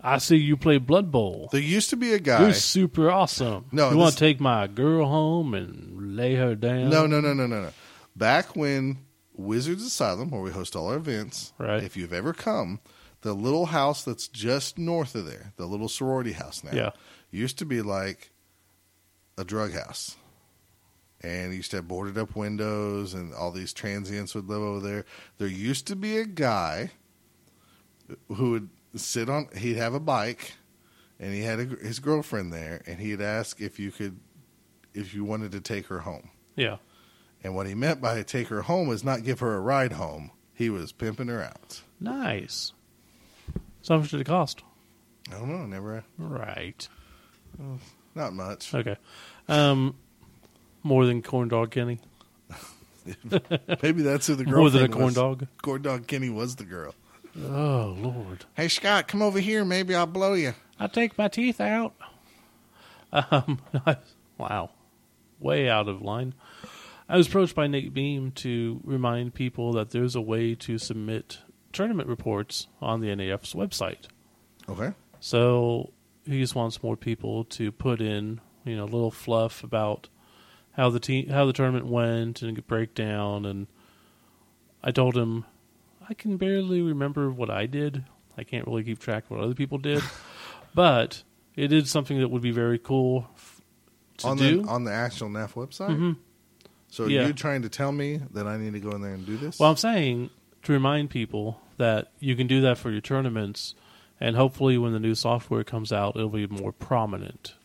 I see you play Blood Bowl. There used to be a guy. You're super awesome. No, you want this- to take my girl home and lay her down? No, no, no, no, no, no. Back when Wizards Asylum, where we host all our events, Right. if you've ever come, the little house that's just north of there, the little sorority house now, Yeah. used to be like a drug house. And it used to have boarded up windows, and all these transients would live over there. There used to be a guy who would sit on, he'd have a bike, and he had a, his girlfriend there, and he'd ask if you could, if you wanted to take her home. Yeah, And what he meant by take her home is not give her a ride home. He was pimping her out. nice. So how much did it cost? I don't know. Never. Right. Not much. Okay. Um, more than corn dog Kenny. Maybe that's who the girl. More than a corn dog. Corn dog Kenny was the girl. Oh Lord! Hey Scott, come over here. Maybe I'll blow you. I take my teeth out. Um, wow, way out of line. I was approached by Nate Beam to remind people that there's a way to submit tournament reports on the NAF's website. Okay. So he just wants more people to put in, you know, a little fluff about how the team, how the tournament went, and a breakdown. And I told him I can barely remember what I did. I can't really keep track of what other people did, but it is something that would be very cool f- to on do. the on the actual NAF website. Mhm. So are Yeah. you trying to tell me that I need to go in there and do this? Well, I'm saying to remind people that you can do that for your tournaments, and hopefully, when the new software comes out, it'll be more prominent,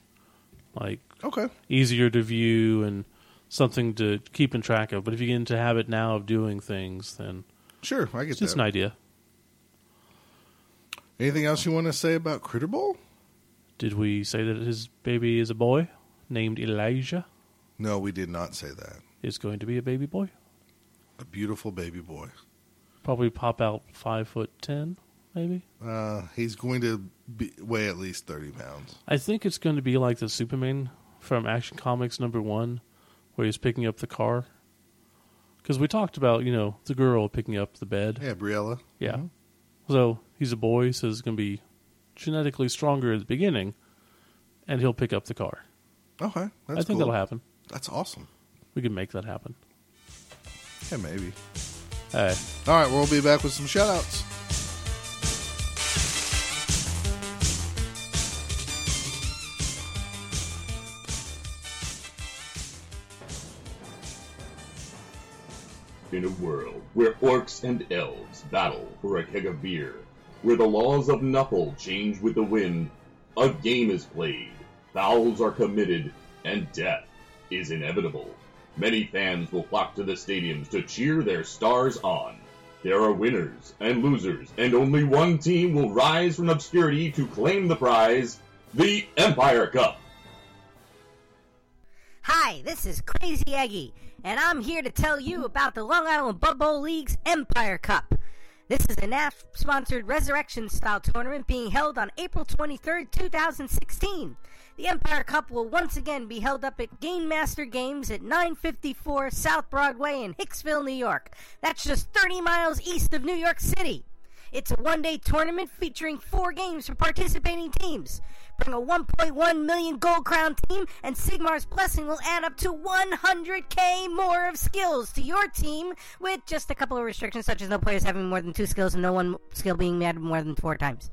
like okay. easier to view and something to keep in track of. But if you get into the habit now of doing things, then Sure, I get it's just that. an idea. Anything else you want to say about Critter Bowl? Did we say that his baby is a boy named Elijah? No, we did not say that. Is going to be a baby boy. A beautiful baby boy. Probably pop out five foot ten, maybe. Uh, he's going to be, weigh at least thirty pounds. I think it's going to be like the Superman from Action Comics number one, where he's picking up the car. Because we talked about, you know, the girl picking up the bed. Yeah, Briella. Yeah. Mm-hmm. So he's a boy, so he's going to be genetically stronger at the beginning, and he'll pick up the car. Okay, that's I think cool. that'll happen. That's awesome. We can make that happen. Yeah, maybe. All right. All right, we'll be back with some shout outs. in a world where orcs and elves battle for a keg of beer, where the laws of Nuffle change with the wind, a game is played, fouls are committed, and death is inevitable. Many fans will flock to the stadiums to cheer their stars on. There are winners and losers, and only one team will rise from obscurity to claim the prize the Empire Cup. Hi, this is Crazy Eggy, and I'm here to tell you about the Long Island Bud Bowl League's Empire Cup. This is a NAF sponsored resurrection style tournament being held on April 23rd, 2016. The Empire Cup will once again be held up at Game Master Games at 954 South Broadway in Hicksville, New York. That's just 30 miles east of New York City. It's a one day tournament featuring four games for participating teams. Bring a 1.1 million gold crown team, and Sigmar's Blessing will add up to 100k more of skills to your team, with just a couple of restrictions, such as no players having more than two skills and no one skill being added more than four times.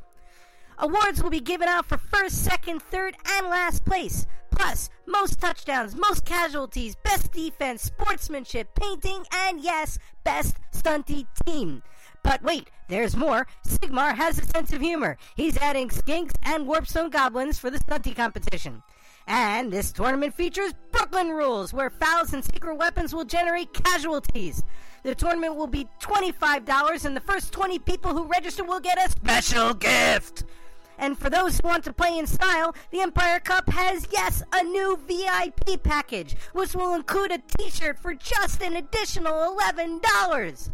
Awards will be given out for first, second, third, and last place. Plus, most touchdowns, most casualties, best defense, sportsmanship, painting, and yes, best stunty team. But wait, there's more. Sigmar has a sense of humor. He's adding skinks and warpstone goblins for the stunty competition. And this tournament features Brooklyn rules, where fouls and secret weapons will generate casualties. The tournament will be $25, and the first 20 people who register will get a special gift. And for those who want to play in style, the Empire Cup has, yes, a new VIP package, which will include a t shirt for just an additional $11.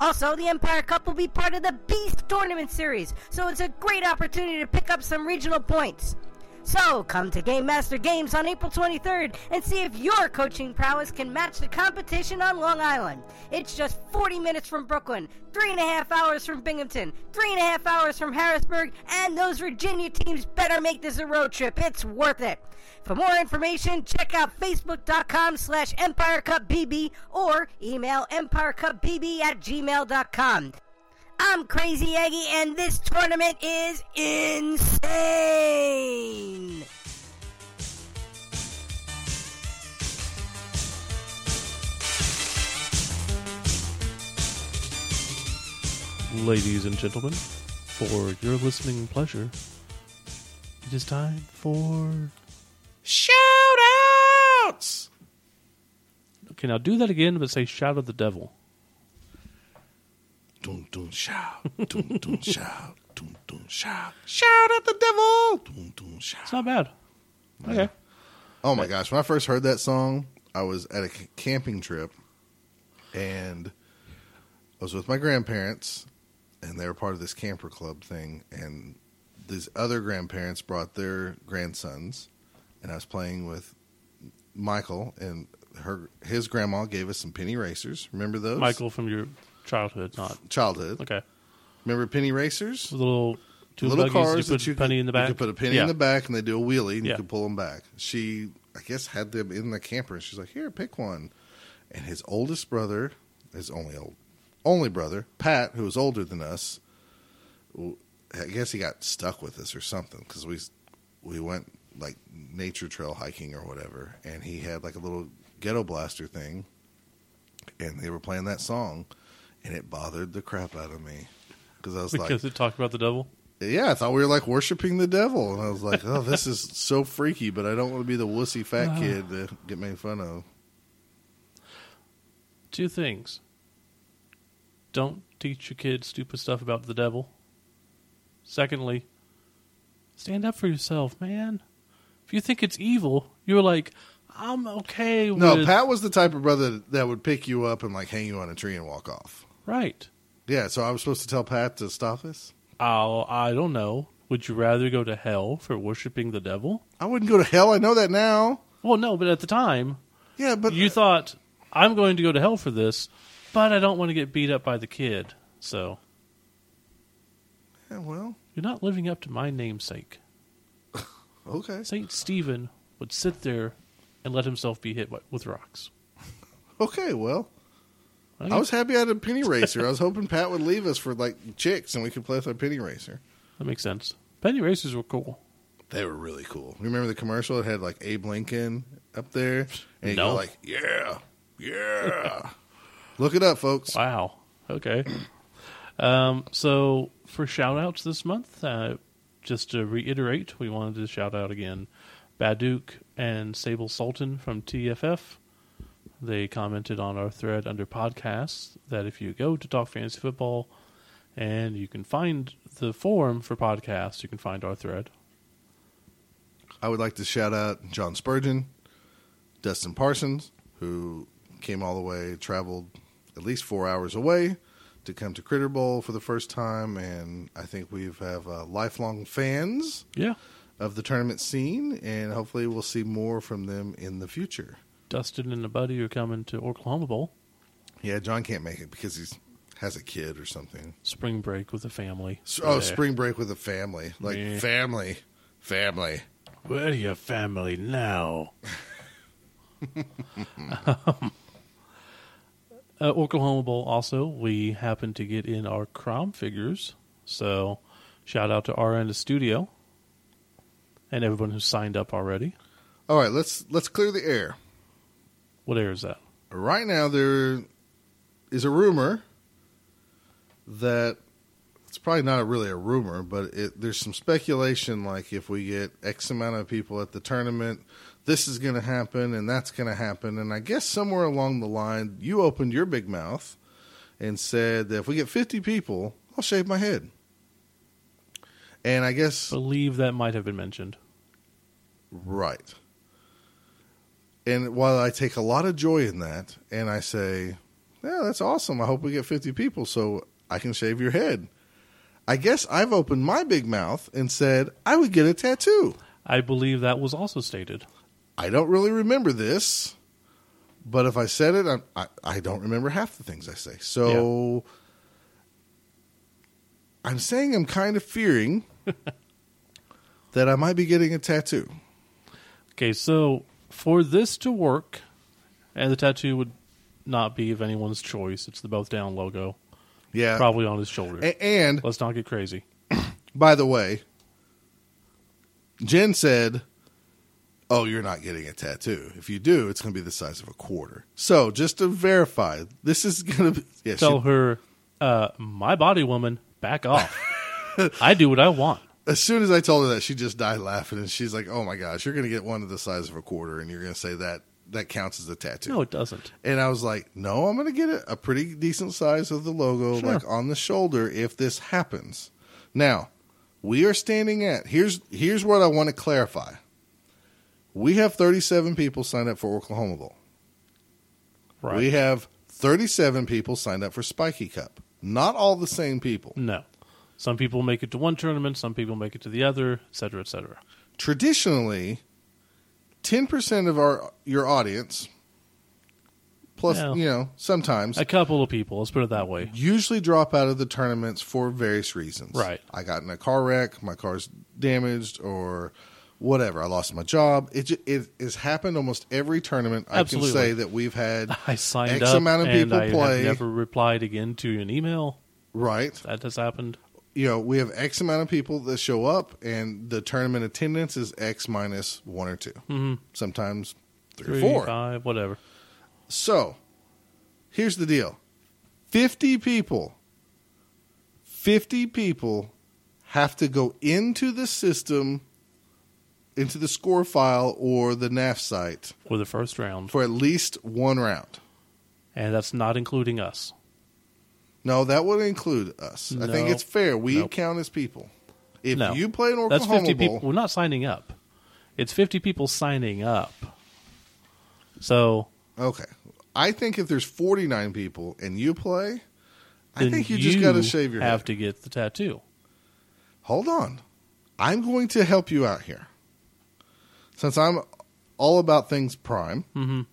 Also, the Empire Cup will be part of the Beast Tournament Series, so it's a great opportunity to pick up some regional points. So, come to Game Master Games on April 23rd and see if your coaching prowess can match the competition on Long Island. It's just 40 minutes from Brooklyn, three and a half hours from Binghamton, three and a half hours from Harrisburg, and those Virginia teams better make this a road trip. It's worth it. For more information, check out facebook.com slash empirecupbb or email empirecupbb at gmail.com. I'm Crazy Eggy, and this tournament is insane! Ladies and gentlemen, for your listening pleasure, it is time for. Shout outs! Okay, now do that again, but say shout of the devil. Dun, dun, shout. Dun, dun, shout. Dun, dun, shout. Shout at the devil! Dun, dun, It's shout. not bad. Okay. Oh my gosh! When I first heard that song, I was at a c- camping trip, and I was with my grandparents, and they were part of this camper club thing. And these other grandparents brought their grandsons, and I was playing with Michael and her. His grandma gave us some penny racers. Remember those? Michael from your childhood, not childhood. okay. Remember penny racers? The little two little buggies cars you put that you a penny could, in the back. You could put a penny Yeah. in the back, and they do a wheelie, and you Yeah. could pull them back. She, I guess, had them in the camper, and she's like, "Here, pick one." And his oldest brother, his only old, only brother, Pat, who was older than us, w- I guess he got stuck with us or something because we s- we went like nature trail hiking or whatever, and he had like a little ghetto blaster thing, and they were playing that song, and it bothered the crap out of me. Because I was like, Because it talked about the devil. yeah, I thought we were like worshiping the devil, and I was like, "Oh, this is so freaky," but I don't want to be the wussy fat kid to get made fun of. Two things. Don't teach your kids stupid stuff about the devil. Secondly, stand up for yourself, man. If you think it's evil, you're like, I'm okay with No, Pat was the type of brother that would pick you up and like hang you on a tree and walk off. right. Yeah, so I was supposed to tell Pat to stop this. I'll, I don't know. Would you rather go to hell for worshiping the devil? I wouldn't go to hell. I know that now. Well, no, but at the time, Yeah, but you thought, I'm going to go to hell for this, but I don't want to get beat up by the kid. So Yeah, well, you're not living up to my namesake. okay, St. Stephen would sit there and let himself be hit by, with rocks. okay, well. Okay. I was happy I had a penny racer. I was hoping Pat would leave us for like chicks and we could play with our penny racer. That makes sense. Penny racers were cool. They were really cool. You remember the commercial? It had like Abe Lincoln up there, and you No. go like, "Yeah, yeah." Look it up, folks. Wow. Okay. Um, so for shout outs this month, uh, just to reiterate, we wanted to shout out again Baduk and Sable Sultan from TFF. They commented on our thread under podcasts that if you go to Talk Fantasy Football and you can find the forum for podcasts, you can find our thread. I would like to shout out John Spurgeon, Dustin Parsons, who came all the way, traveled at least four hours away to come to Critter Bowl for the first time, and I think we have uh, lifelong fans Yeah. of the tournament scene, and hopefully we'll see more from them in the future. Dustin and a buddy are coming to Oklahoma Bowl Yeah, John can't make it because he's has a kid or something. spring break with the family. S- Oh, Yeah. spring break with a family, like Yeah. family, family. Where your family now? um, uh, Oklahoma Bowl. Also, we happened to get in our Crom figures, so shout out to RN the Studio and everyone who signed up already. All right, let's let's clear the air. What air is that? Right now, there is a rumor that it's probably not really a rumor, but it, there's some speculation. Like if we get X amount of people at the tournament, this is going to happen and that's going to happen. And I guess somewhere along the line, you opened your big mouth and said that if we get 50 people, I'll shave my head. And I guess Believe that might have been mentioned. Right. And while I take a lot of joy in that, and I say, yeah, that's awesome. I hope we get 50 people so I can shave your head. I guess I've opened my big mouth and said, I would get a tattoo. I believe that was also stated. I don't really remember this, but if I said it, I'm, I, I don't remember half the things I say. So I'm saying I'm kind of fearing that I might be getting a tattoo. Okay, so for this to work, and the tattoo would not be of anyone's choice. It's the both down logo, Yeah. probably on his shoulder. A- and Let's not get crazy. By the way, Jen said, Oh, you're not getting a tattoo. If you do, it's going to be the size of a quarter. So just to verify, this is going to be. Yeah, she- tell her, uh, my body woman, back off. I do what I want. as soon as I told her that, she just died laughing. And she's like, Oh my gosh, you're going to get one of the size of a quarter. And you're going to say that that counts as a tattoo. No, it doesn't. And I was like, No, I'm going to get a, a pretty decent size of the logo, Sure. like on the shoulder, if this happens. Now, we are standing at. Here's Here's what I want to clarify. We have 37 people signed up for Oklahoma Bowl. Right. We have 37 people signed up for Spiky Cup. Not all the same people. no. Some people make it to one tournament, some people make it to the other, et cetera, et cetera. Traditionally, 10% of our your audience plus, Yeah. you know, sometimes A couple of people, let's put it that way. usually drop out of the tournaments for various reasons. Right. I got in a car wreck, my car's damaged, or whatever. I lost my job. It ju- it has happened almost every tournament. Absolutely. I can say that we've had I signed X up amount of and people I play. have never replied again to an email. right. That has happened. You know, we have X amount of people that show up, and the tournament attendance is X minus one or 2 sometimes three, Mm-hmm. Three, or four. five, whatever. So, here's the deal 50 people, 50 people have to go into the system, into the score file or the NAF site For the first round. for at least one round. And that's not including us. No, that would include us. I think No. it's fair. We Nope. count as people. If No. you play an Oklahoma That's 50 Bowl, people. We're not signing up. It's 50 people signing up. So okay. I think if there's 49 people and you play, I then think you, just got to shave your have head. to get the tattoo. hold on. I'm going to help you out here. Since I'm all about things prime, Mhm.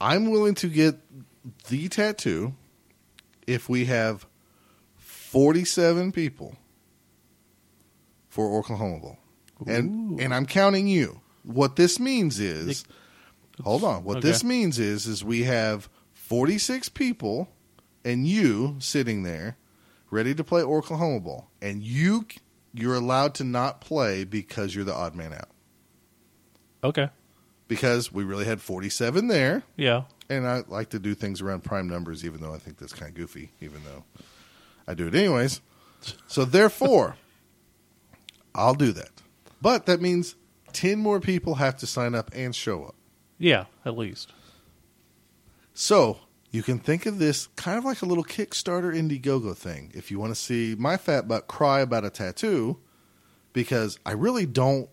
I'm willing to get the tattoo if we have 47 people for Oklahoma Bowl. And and I'm counting you. What this means is Hold on. What this okay. means is is we have 46 people and you sitting there ready to play Oklahoma Bowl and you c- you're allowed to not play because you're the odd man out. Okay. Because we really had 47 there Yeah. and I like to do things around prime numbers even though I think that's kind of goofy even though I do it anyways. So therefore I'll do that. But that means 10 more people have to sign up and show up. Yeah, at least. So you can think of this kind of like a little Kickstarter Indiegogo thing. If you want to see my fat butt cry about a tattoo, because I really don't.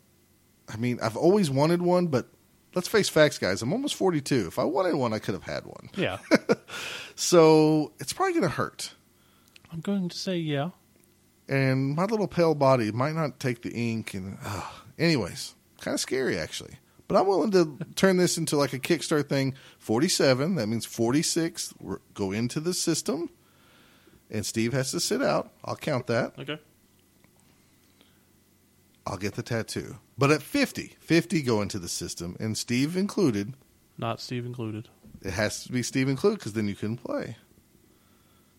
I mean, I've always wanted one, but let's face facts, guys. I'm almost 42. If I wanted one, I could have had one. Yeah. So it's probably going to hurt. I'm going to say yeah. And my little pale body might not take the ink. And uh, anyways, kind of scary actually. But I'm willing to turn this into like a Kickstarter thing. 47. That means 46 were- go into the system, and Steve has to sit out. I'll count that. Okay. I'll get the tattoo. But at 50, 50 go into the system, and Steve included. Not Steve included. It has to be Steve included because then you can play.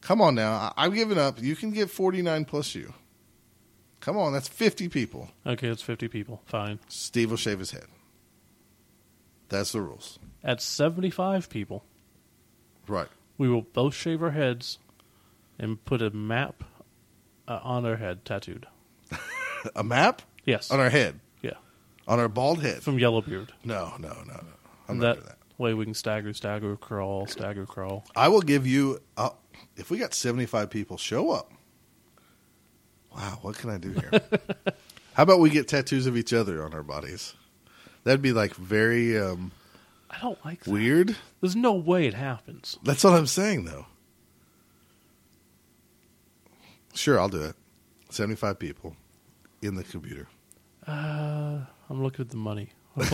Come on now, I- I've given up. You can get 49 plus you. Come on, that's 50 people. Okay, it's 50 people. Fine. Steve will shave his head. That's the rules. At 75 people, Right. we will both shave our heads and put a map uh, on our head tattooed. A map Yes. on our head, yeah. on our bald head. From Yellowbeard. No, no, no, no. I'm not that, doing that. way we can stagger, stagger, crawl, stagger, crawl. I will give you. Uh, if we got 75 people show up, wow, what can I do here? How about we get tattoos of each other on our bodies? That'd be like very um, I don't like that. weird. There's no way it happens. That's what I'm saying, though. Sure, I'll do it. 75 people in the computer. Uh, I'm looking at the money.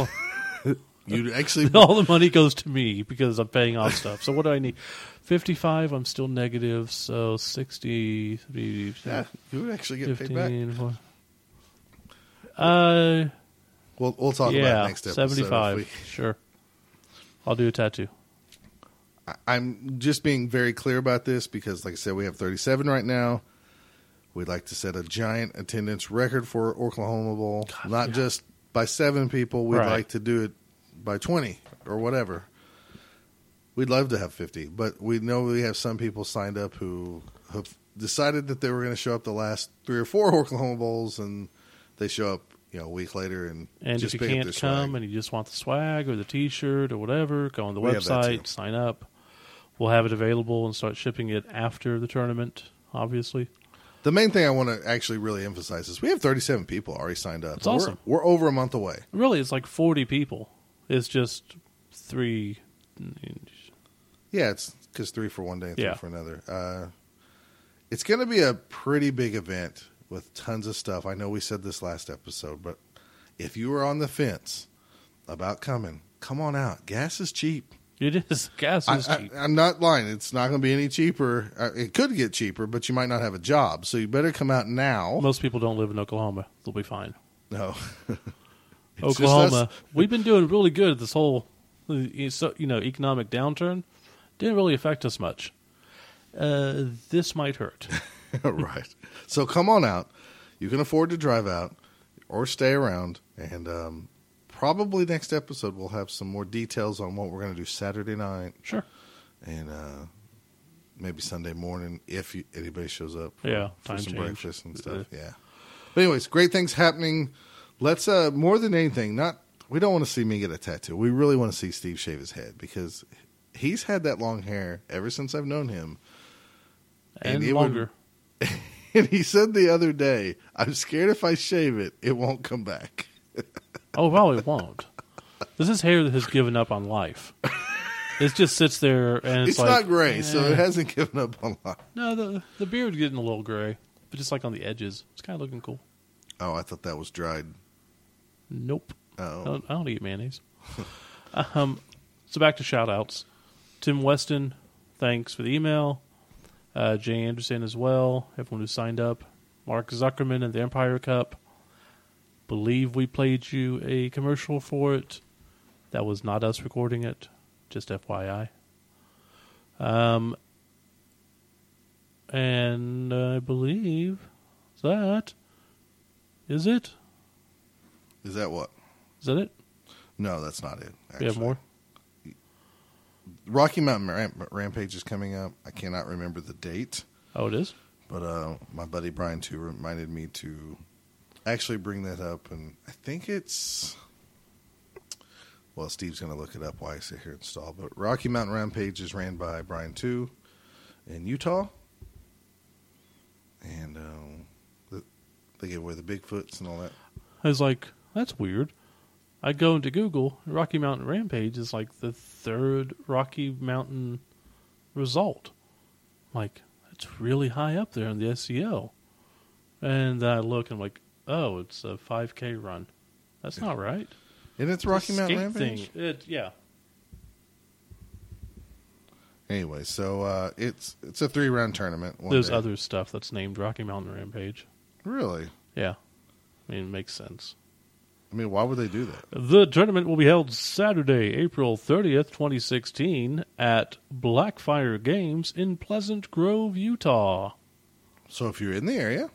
Well, You actually All the money goes to me because I'm paying off stuff. So what do I need? 55, I'm still negative, so 60, 70, Yeah, you would actually get paid back. 15. what- Uh, We'll we'll talk about it yeah, next episode. if 75, we- sure. I'll do a tattoo. I- I'm just being very clear about this because, like I said, we have 37 right now. We'd like to set a giant attendance record for Oklahoma Bowl, not yeah. just by seven people. We'd Right. like to do it by 20 or whatever. We'd love to have 50, but we know we have some people signed up who have decided that they were going to show up the last three or four Oklahoma Bowls, and they show up, you know, a week later and, And just if you pick up can't their come swag. and you just want the swag or the T-shirt or whatever, go on the We have that too. website, sign up. We'll have it available and start shipping it after the tournament, obviously. The main thing I want to actually really emphasize is we have 37 people already signed up. That's awesome. We're, we're over a month away. Really, it's like 40 people. It's just three. Yeah, it's because three for one day and three Yeah. for another. Uh, it's going to be a pretty big event with tons of stuff. I know we said this last episode, but if you are on the fence about coming, come on out. Gas is cheap. It is. Gas I, is cheap. I, am not lying. It's not going to be any cheaper. Uh, It could get cheaper, but you might not have a job. So you better come out now. Most people don't live in Oklahoma. They'll be fine. No. It's just Oklahoma, us. we've been doing really good this whole, uh, so- you know, economic downturn. Didn't really affect us much. Uh, this might hurt. right. So come on out. You can afford to drive out or stay around. And um, probably next episode, we'll have some more details on what we're going to do Saturday night Sure. and uh, maybe Sunday morning if you, anybody shows up for, Yeah, for time some change. breakfast and stuff. Uh. yeah. But, anyways, great things happening. Let's, uh, more than anything, not. We don't want to see me get a tattoo. We really want to see Steve shave his head because he's had that long hair ever since I've known him. And And, it would- longer. And he said the other day, I'm scared if I shave it, it won't come back. Oh, probably won't. This is hair that has given up on life. It just sits there and it's, It's, like, not gray, so it hasn't given up on life. no, the, the beard getting a little gray, but just like on the edges. It's kind of looking cool. Oh, I thought that was dried. Nope. I Oh, don't, I don't eat mayonnaise. um, so back to shout outs. Tim Weston, thanks for the email. Uh, Jay Anderson as well. Everyone who signed up. Mark Zuckerman and the Empire Cup. Believe we played you a commercial for it. That was not us recording it. Just FYI. Um, and I believe that is it. is that what? Is that it? No, that's not it. We have actually. more. Rocky Mountain Ram- Rampage is coming up. I cannot remember the date, Oh, it is. but uh, my buddy Brian too reminded me to actually bring that up. And I think it's. Well, Steve's going to look it up while I sit here and stall. But Rocky Mountain Rampage is ran by Brian Two in Utah. And um, the, they give away the Bigfoots and all that. I was like, that's weird. I go into Google, and Rocky Mountain Rampage is like the third Rocky Mountain result. I'm like, that's really high up there in the SEO. And then I look and I'm like, oh, it's a 5K run. That's not right. And it's Rocky It's a Mountain skate Rampage. thing. It, yeah. Anyway, so uh, it's it's a three round tournament. one There's day. other stuff that's named Rocky Mountain Rampage. Really? Yeah. I mean, it makes sense. I mean, why would they do that? The tournament will be held Saturday, April 30th, 2016, at Blackfire Games in Pleasant Grove, Utah. So if you're in the area,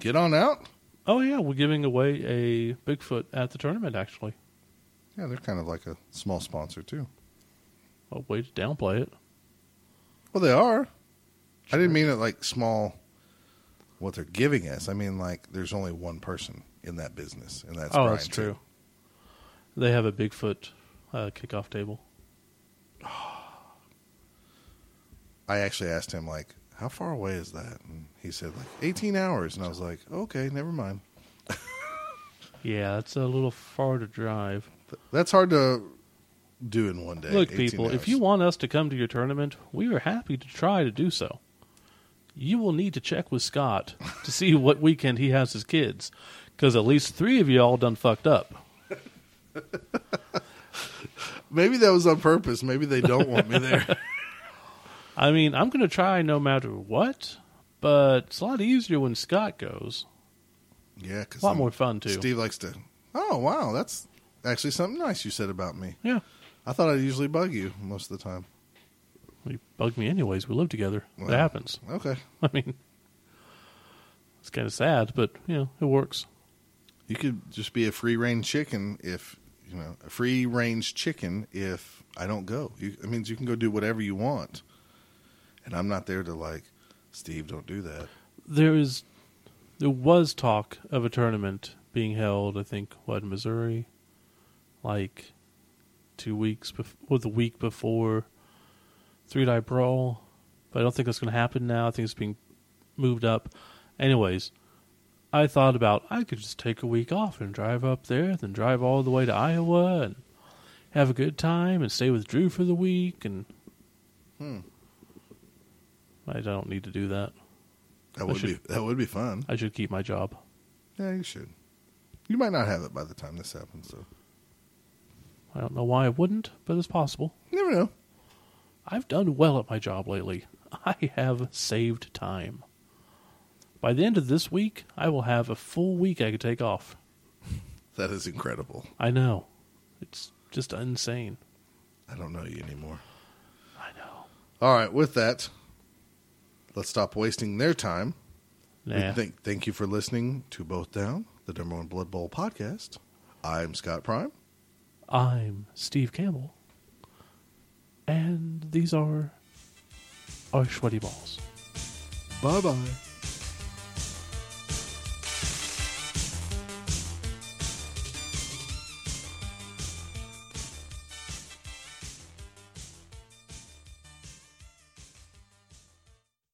get on out. Oh, yeah, we're giving away a Bigfoot at the tournament, actually. Yeah, they're kind of like a small sponsor too. A way to downplay it. Well, they are. I didn't mean it like small. What they're giving us, I mean like there's only one person in that business, and that's oh, Brian that's too. true. They have a Bigfoot uh, kickoff table. I actually asked him like, how far away is that? And he said like 18 hours, and I was like, okay, never mind. Yeah, it's a little far to drive. Th- That's hard to do in one day. Look, 18 people, if hours. you want us to come to your tournament, we are happy to try to do so. You will need to check with Scott to see what weekend he has his kids, because at least three of you all done fucked up. maybe that was on purpose. Maybe they don't want me there. I mean, I'm going to try no matter what, but it's a lot easier when Scott goes. yeah, because A lot more fun too. Steve likes to. Oh wow, that's actually something nice you said about me. Yeah, I thought I'd usually bug you most of the time. you bug me anyways. We live together. Well. It happens. Okay, I mean, it's kind of sad, but you know, it works. you could just be a free range chicken if you know a free range chicken. If I don't go, you, it means you can go do whatever you want, and I'm not there to like, Steve, don't do that. there is there was talk of a tournament being held i think what in missouri like two weeks before or the week before three die brawl but i don't think that's going to happen now i think it's being moved up Anyways, I thought about I could just take a week off and drive up there, then drive all the way to Iowa and have a good time and stay with Drew for the week. And I don't need to do that. That would be should- that would be fun. I should keep my job. Yeah, you should. You might not have it by the time this happens, though. I don't know why I wouldn't, but it's possible. You never know. I've done well at my job lately. I have saved time. By the end of this week, I will have a full week I could take off. That is incredible. I know. It's just insane. I don't know you anymore. I know. All right, with that, let's stop wasting their time. Nah. We thank, thank you for listening to Both Down, the number one Blood Bowl podcast. I'm Scott Prime. I'm Steve Campbell. And these are our sweaty balls. Bye bye.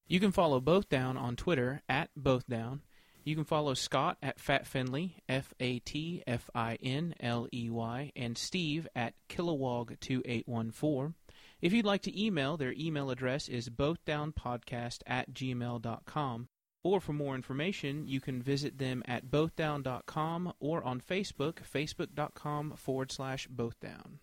You can follow Both Down on Twitter at Both Down. You can follow Scott at Fat Finley, F A T F I N L E Y, and Steve at Kilowog2814. If you'd like to email, their email address is bothdownpodcast at gmail.com. Or for more information, you can visit them at bothdown.com or on Facebook, facebook.com forward slash bothdown.